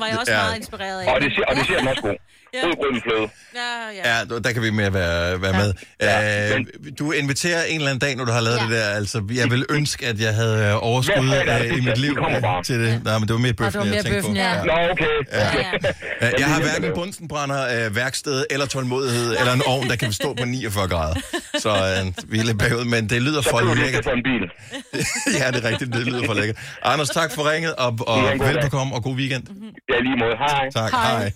S3: var jeg også
S1: Ja.
S3: meget inspireret af.
S1: Og det ser- og det ser den også god.
S3: Ja.
S16: Rød grøn fløde.
S3: Ja, ja.
S1: Ja, du- der kan vi mere være, være med. Ja, øh, du inviterer en eller anden dag, når du har lavet ja. det der. Altså, jeg vil ønske, at jeg havde øh, overskud
S16: Hver fredag er det
S1: øh, i mit
S16: fuldstændig.
S1: liv
S16: Vi kommer
S1: øh,
S16: bare.
S1: til det. Ja. Nej, men det var mere bøffen,
S16: var mere
S1: jeg tænkte
S16: bøffen,
S1: på.
S16: ja. Nå, okay.
S1: Ja.
S16: Ja.
S1: Ja.
S16: Jeg
S1: Jeg har
S16: vil
S1: hverken
S16: lave.
S1: bunsenbrænder, øh, værksted eller tålmodighed, eller en ovn, der kan stå på 49 grader. Så øh, vi er lidt bagud, men det lyder
S16: Så
S1: for
S16: blev det
S1: lækkert.
S16: ikke for en bil.
S1: ja, det er rigtigt, det lyder for lækkert. Anders, tak for ringet, og,
S16: Det er
S1: og
S16: en god dag.
S1: velbekomme, og god weekend.
S16: Ja, lige måde. Hej.
S1: Tak,
S2: Hej.
S1: hej. hej.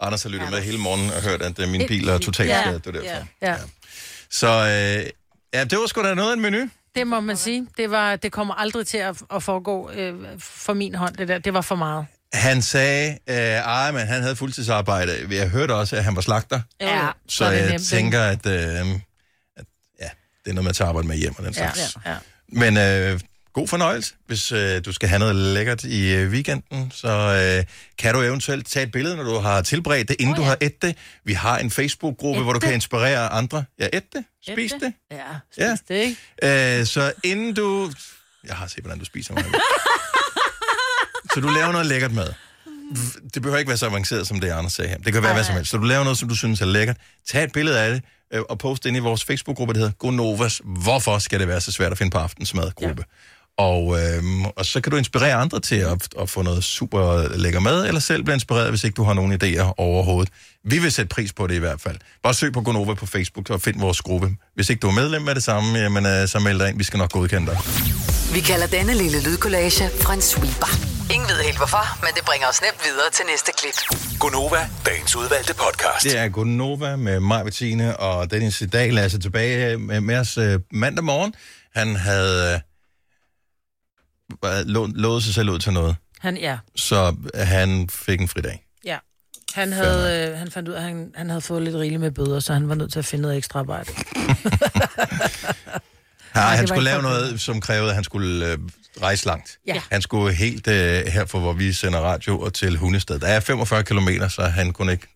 S1: Anders har lyttet med hele morgenen og hørt, at øh, min bil er totalt
S2: Ja.
S1: skadet. Det er derfor.
S2: Ja.
S1: Så øh, ja, det var sgu da noget af en menu.
S2: Det må man sige. Det, var, det kommer aldrig til at, at foregå øh, for min hånd, det der. Det var for meget.
S1: Han sagde, øh, ej, men han havde fuldtidsarbejde. Jeg hørte også, at han var slagter.
S2: Ja,
S1: Så jeg tænker, at, øh, at ja, det er noget, man tager arbejde med hjem og den
S2: Ja,
S1: slags.
S2: ja, ja.
S1: Men øh, god fornøjelse. Hvis øh, du skal have noget lækkert i øh, weekenden, så øh, kan du eventuelt tage et billede, når du har tilberedt det, inden oh, ja. du har et det. Vi har en Facebook-gruppe, hvor du kan inspirere andre. Ja, et det. Spis det.
S2: Ja,
S1: Ja.
S2: spis det, ikke?
S1: Øh, så inden du... Jeg har set, hvordan du spiser mig. så du laver noget lækkert mad. Det behøver ikke være så avanceret, som det Anders sagde her. Det kan være hvad som helst. Så du laver noget, som du synes er lækkert. Tag et billede af det øh, og post det ind i vores Facebook-gruppe, der hedder Gonovas. Hvorfor skal det være så svært at finde på aftensmad-gruppe? Ja. Og, øhm, og så kan du inspirere andre til at, at få noget super lækker mad, eller selv blive inspireret, hvis ikke du har nogen idéer overhovedet. Vi vil sætte pris på det i hvert fald. Bare søg på Gonova på Facebook og find vores gruppe. Hvis ikke du er medlem af det samme, jamen, øh, så meld dig ind. Vi skal nok godkende dig.
S4: Vi kalder denne lille lydkollage en sweeper. Ingen ved helt hvorfor, men det bringer os nemt videre til næste klip.
S12: Gonova, dagens udvalgte podcast.
S1: Det er Gunova med mig, Bettine, og Dennis i dag lader sig tilbage med, med os øh, mandag morgen. Han havde øh, øh, lå- lovet sig selv ud til noget,
S2: Han, ja.
S1: så han fik en fridag.
S2: ja. Han, havde, øh, han fandt ud af, at han, han havde fået lidt rigeligt med bøder, så han var nødt til at finde noget ekstra arbejde.
S1: Ja,
S2: det var
S1: han skulle
S2: ikke
S1: lave
S2: for-
S1: noget, som krævede, at han skulle øh, rejse langt.
S2: Ja.
S1: Han skulle helt øh, her fra, hvor vi sender radio, og til Hundested. Der er 45 km, så han kunne ikke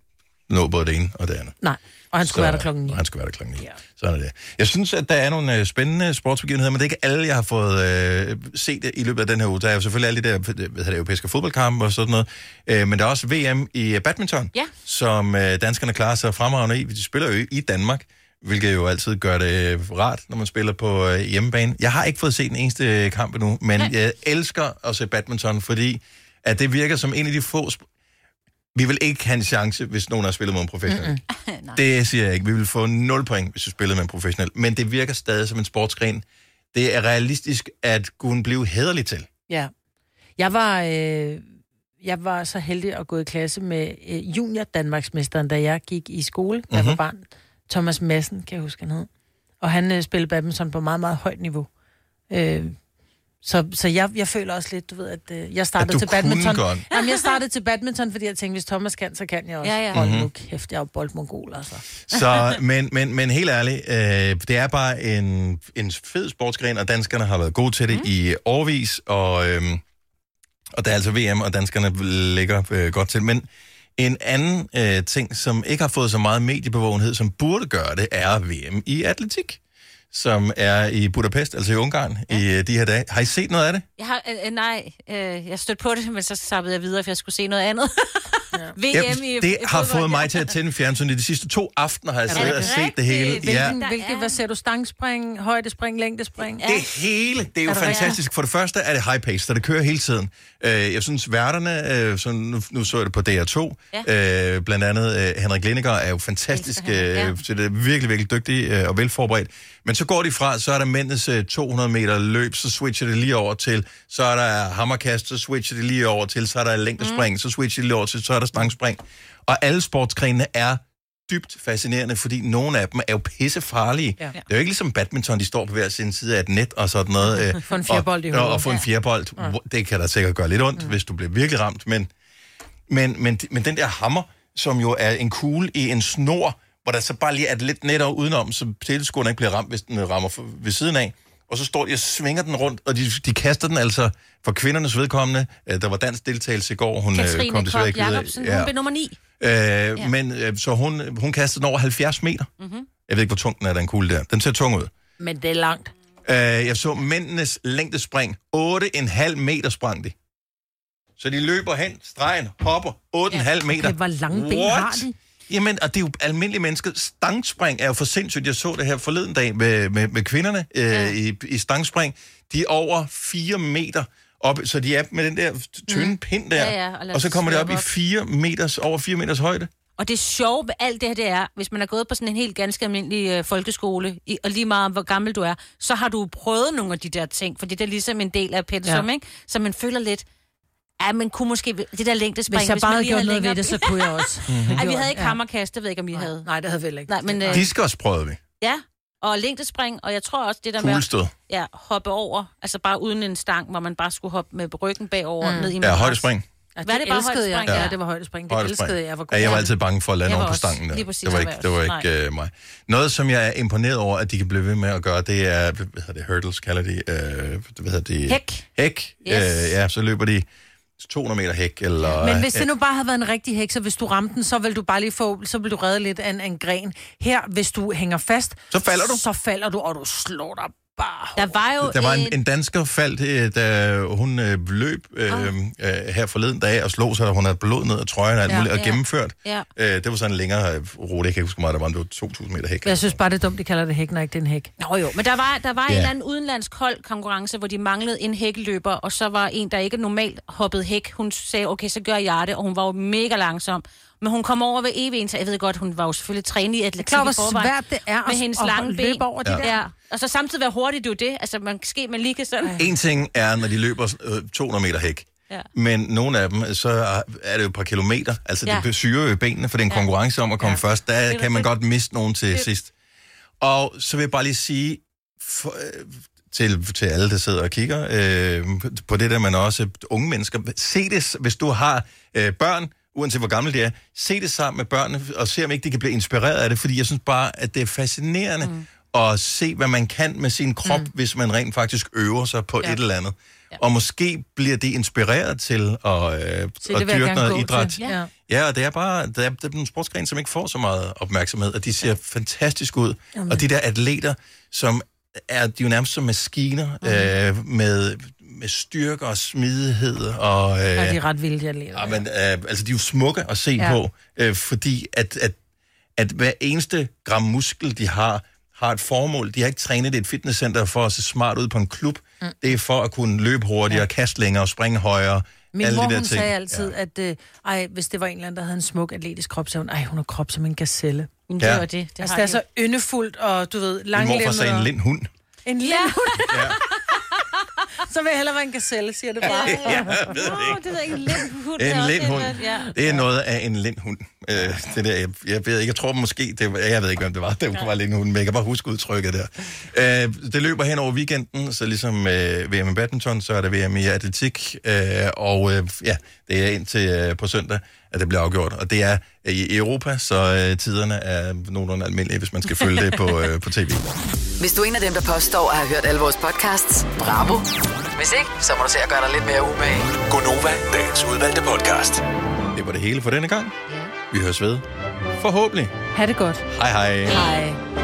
S1: nå både det ene og det andet.
S2: Nej, og han
S1: Så-
S2: skulle så, være der klokken 9.
S1: Og han skulle være der klokken 9. Ja. Sådan er det. Jeg synes, at der er nogle øh, spændende sportsbegivenheder, men det er ikke alle, jeg har fået øh, set i løbet af den her uge. Der er jo selvfølgelig alle de der øh, hvad hedder det, europæiske fodboldkampe og sådan noget. Øh, men der er også VM i øh, badminton,
S3: Ja.
S1: som øh, danskerne klarer sig fremragende i. De spiller jo i Danmark, hvilket jo altid gør det øh, rart, når man spiller på øh, hjemmebane. Jeg har ikke fået set en eneste øh, kamp endnu, men Nej. jeg elsker at se badminton, fordi at det virker som en af de få... Sp- vi vil ikke have en chance, hvis nogen har spillet mod en professionel. Mm-mm. Det siger jeg ikke. Vi vil få 0 point, hvis vi spillede med en professionel. Men det virker stadig som en sportsgren. Det er realistisk at kunne blive hederlig til.
S2: Ja. Jeg var, øh, jeg var så heldig at gå i klasse med øh, junior Danmarksmesteren, da jeg gik i skole, da jeg var
S18: Mhm.
S2: barn. Thomas Madsen, kan jeg huske, han hed. Og han øh, spillede badminton på meget, meget højt niveau. Øh, så, så jeg, jeg føler også lidt, du ved, at øh, jeg startede
S18: At du
S2: til
S18: kunne
S2: badminton.
S18: godt.
S2: Jamen, jeg startede til badminton, fordi jeg tænkte, hvis Thomas kan, så kan jeg også.
S18: Ja, ja.
S2: Hold nu
S1: Mhm.
S2: kæft, jeg er jo boldmongol, altså.
S1: Så, men, men, men helt ærligt, øh, det er bare en, en fed sportsgren, og danskerne har været gode til det mm. i årvis, og, øh, og der er altså VM, og danskerne ligger øh, godt til. Men en anden øh, ting, som ikke har fået så meget mediebevågenhed, som burde gøre det, er VM i atletik, som er i Budapest, altså i Ungarn, ja. i øh, de her dage. Har I set noget af det?
S3: Jeg har, øh, øh, nej, øh, jeg stødte på det, men så sappede jeg videre, for jeg skulle se noget andet. ja. VM i,
S1: det
S3: i
S1: har
S3: fodbold.
S1: fået mig til at tænde fjernsynet. De sidste to aftener har jeg
S2: Er
S1: siddet og
S2: det
S1: set det hele.
S2: Hvilken, hvilke, hvad ser du? Stangspring, højdespring, længdespring?
S1: Det hele, det er jo
S2: Er
S1: er
S2: det
S1: fantastisk. For det første er det high pace, så det kører hele tiden. Øh, Jeg synes, værterne, øh, så nu, nu så jeg det på DR2, ja. øh, blandt andet øh, Henrik Lindegaard er jo fantastisk, ja. så det er virkelig, virkelig dygtig øh, og velforberedt. Men så går de fra, så er der mændenes øh, 200 meter løb, så switcher det lige over til, så er der hammerkast, så switcher det lige over til, så er der længdespring, mm. så switcher det lige over til, så er der stangspring. Og alle sportsgrenene er dybt fascinerende, fordi nogle af dem er jo pissefarlige.
S2: Ja.
S1: Ja. Det er jo ikke ligesom badminton, de står på hver sin side af et net og sådan noget. øh,
S2: Få en fjerbold i
S1: og,
S2: hovedet.
S1: Og, og få en
S2: Ja.
S1: fjerbold. Ja. Det kan da sikkert gøre lidt ondt, mm. hvis du bliver virkelig ramt. Men, men, men, men den der hammer, som jo er en kugle i en snor, hvor der så bare lige er lidt nettere udenom, så teleskuerne ikke bliver ramt, hvis den øh, rammer for, ved siden af. Og så står de og svinger den rundt, og de, de kaster den altså for kvindernes vedkommende. Øh, der var dansk deltagelse i går. Hun øh, kom
S3: Katrine
S1: desværre
S3: Kold
S1: ikke videre.
S3: Jacobsen, ja. hun blev nummer 9.
S1: Øh, ja. Men øh, så hun, hun kastede den over 70 meter.
S2: Mhm.
S3: Mm-hmm.
S1: Jeg ved ikke, hvor tung den er, den kugle der. Den ser tung ud.
S2: Men det er langt.
S1: Øh, jeg så mændenes længdespring. 8,5 meter sprang de. Så de løber hen, stregen, hopper, 8,5 ja. meter.
S2: Okay, hvor lange ben har de?
S1: Jamen, og det er jo almindelige mennesker. Stangspring er jo for sindssygt. Jeg så det her forleden dag med, med, med kvinderne øh, ja. i, i stangspring. De er over 4 meter op, så de er med den der tynde mm. pind der.
S3: Ja, ja, og
S1: og,
S3: lader
S1: og så
S3: den
S1: kommer det op,
S3: svæve
S1: i 4
S3: op.
S1: meters, over 4 meters højde.
S3: Og det sjove ved alt det her, det er, hvis man har gået på sådan en helt ganske almindelig øh, folkeskole, i, og lige meget hvor gammel du er, så har du prøvet nogle af de der ting, fordi det er ligesom en del af pensum,
S2: Ja.
S3: ja. ikke? Så man føler lidt, ja, man kunne måske, det der længdespring,
S2: Hvis jeg bare
S3: man
S2: havde
S3: lige
S2: gjort noget
S3: længere
S2: ved det, så
S3: ben-
S2: kunne jeg også.
S1: Mhm.
S3: Ej, vi havde
S2: gjort,
S3: ikke
S2: ja.
S3: hammerkast, det ved jeg ikke, om I havde.
S2: Nej, det havde vi heller ikke.
S3: Nej, men, øh,
S1: Diskos prøvede vi.
S3: Ja, og længdespring, og jeg tror også det der
S1: Kuglestød.
S3: med at ja, hoppe over, altså bare uden en stang, hvor man bare skulle hoppe med ryggen bagover
S2: Mm.
S3: mm. ned i
S1: Ja, højdespring.
S2: Ja, det,
S3: Hvad er det bare
S2: elskede jeg.
S3: højdespring?
S2: Ja.
S3: Ja.
S2: ja, det var højdespring. Det
S1: Højdespring.
S2: elskede jeg. Hvor
S1: ja, jeg var altid bange for at lande
S2: Jeg var
S1: nogen på
S2: også-
S1: stangen. Der.
S2: lige præcis,
S1: det var
S2: der
S1: ikke,
S2: var
S1: det var
S2: jeg også.
S1: ikke øh, mig. Noget, som jeg er imponeret over, at de kan blive ved med at gøre, det er, hvad hedder det, hurdles kalder de, øh, hvad hedder det?
S2: Hæk.
S1: Hæk.
S2: Yes.
S1: Øh, ja, så løber de 200 meter hæk, eller... øh,
S2: Men hvis det nu bare havde været en rigtig hæk, så hvis du ramte den, så vil du bare lige få, så vil du redde lidt af en, af en gren. Her, hvis du hænger fast,
S1: Så falder du.
S2: Så falder du, og du slår dig bare.
S3: Der var jo
S1: Der var en, en dansker faldt, øh, da hun øh, løb øh,
S2: Ah.
S1: oh. øh, her forleden dag og slog sig, og hun havde blod ned af trøjen og alt
S2: Ja,
S1: muligt, og
S2: ja.
S1: gennemført.
S2: Ja.
S1: Øh, det var sådan en længere øh, rute, jeg kan ikke huske hvor meget, der var, men det var 2.000 meter hæk.
S2: Jeg synes bare, det er dumt, de kalder det hæk, når ikke det er en hæk.
S3: Nå jo, men der var, der var
S1: Ja.
S3: en eller anden udenlandsk hold konkurrence, hvor de manglede en hækkeløber, og så var en, der ikke normalt hoppede hæk. Hun sagde, okay, så gør jeg det, og hun var jo mega langsom. Men hun kom over ved evig en, så jeg ved godt, hun var jo selvfølgelig trænet i atletik
S2: klar, hvor
S3: i forvejen,
S2: svært det er
S3: med
S2: at-
S3: hendes
S2: at
S3: lange ben.
S2: løbe over de Ja. der.
S3: Ja. Og så samtidig være hurtigt, det er jo det. Altså, man ske, man lige kan sådan.
S1: En ting er, når de løber øh, 200 meter hæk,
S3: Ja.
S1: Men nogle af dem, så er det jo et par kilometer. Altså, ja.
S3: Ja.
S1: det syrer jo i benene, for det er en
S3: Ja.
S1: konkurrence om at komme ja. først. Der
S3: Det er
S1: kan man
S3: rigtigt.
S1: godt miste nogen til
S3: Det-
S1: sidst. Og så vil jeg bare lige sige for, øh, til, til alle, der sidder og kigger øh, på det der, men også unge mennesker. Se det, hvis du har øh, børn, uanset hvor gamle de er, se det sammen med børnene, og se om ikke de kan blive inspireret af det, fordi jeg synes bare, at det er fascinerende mm. at se, hvad man kan med sin krop, mm. hvis man rent faktisk øver sig på ja. et eller andet. Ja. Og måske bliver de inspireret til at, øh,
S2: Se,
S1: at
S2: det vil jeg
S1: dyrke
S2: gerne
S1: noget
S2: gå
S1: idræt.
S2: til. Ja.
S1: Ja, og det er bare det er, det er en sportsgren, som ikke får så meget opmærksomhed, og de ser ja. fantastisk ud. Jamen.
S2: Jamen.
S1: Og de der atleter, som er de er jo nærmest som maskiner mm. øh, med, med styrke og smidighed. Og, øh,
S2: Ja, de er ret vilde, jeg lever.
S1: ja, men, øh, altså, de er jo smukke at se ja.
S2: Ja.
S1: på, øh, fordi at, at, at hver eneste gram muskel, de har, har et formål. De har ikke trænet i et fitnesscenter for at se smart ud på en klub. Mm. Det er for at kunne løbe hurtigere, ja. kaste længere, springe højere.
S2: Min
S1: alle
S2: mor,
S1: de der
S2: hun
S1: ting.
S2: sagde altid, ja. at øh, ej, hvis det var en eller anden, der havde en smuk atletisk krop, så hun, ej, hun har krop som en gazelle.
S1: det Ja. var det.
S3: Det
S2: det altså,
S3: har
S2: det er
S3: de.
S2: så yndefuldt, og du ved,
S1: Min
S2: langt
S1: morfar sagde en lind hund.
S2: En lind ja. Så vil jeg hellere være en gazelle, siger det bare.
S1: Ja, jeg ved det
S3: Åh, det er ikke en lind hund.
S1: En lind hund.
S2: øh,
S3: Ja.
S1: Det er noget af en lindhund. Øh, det der, jeg, jeg ved ikke, jeg tror måske, det var, jeg ved ikke, hvem det var, det var lindhunden, men jeg kan bare huske udtrykket der. Øh, det løber hen over weekenden, så ligesom øh, VM i badminton, så er der VM i atletik, øh, og øh, ja, det er indtil øh, på søndag, at det bliver afgjort. Og det er øh, i Europa, så øh, tiderne er nogenlunde almindelige, hvis man skal følge det på, øh, på tv.
S4: Hvis du er en af dem, der påstår at have hørt alle vores podcasts, bravo. Hvis ikke, så må du se at gøre dig lidt mere umage.
S12: Gonova, dagens udvalgte podcast.
S1: Det var det hele for denne gang. Vi høres ved. Forhåbentlig.
S2: Ha' det godt.
S1: Hej hej.
S2: Hej.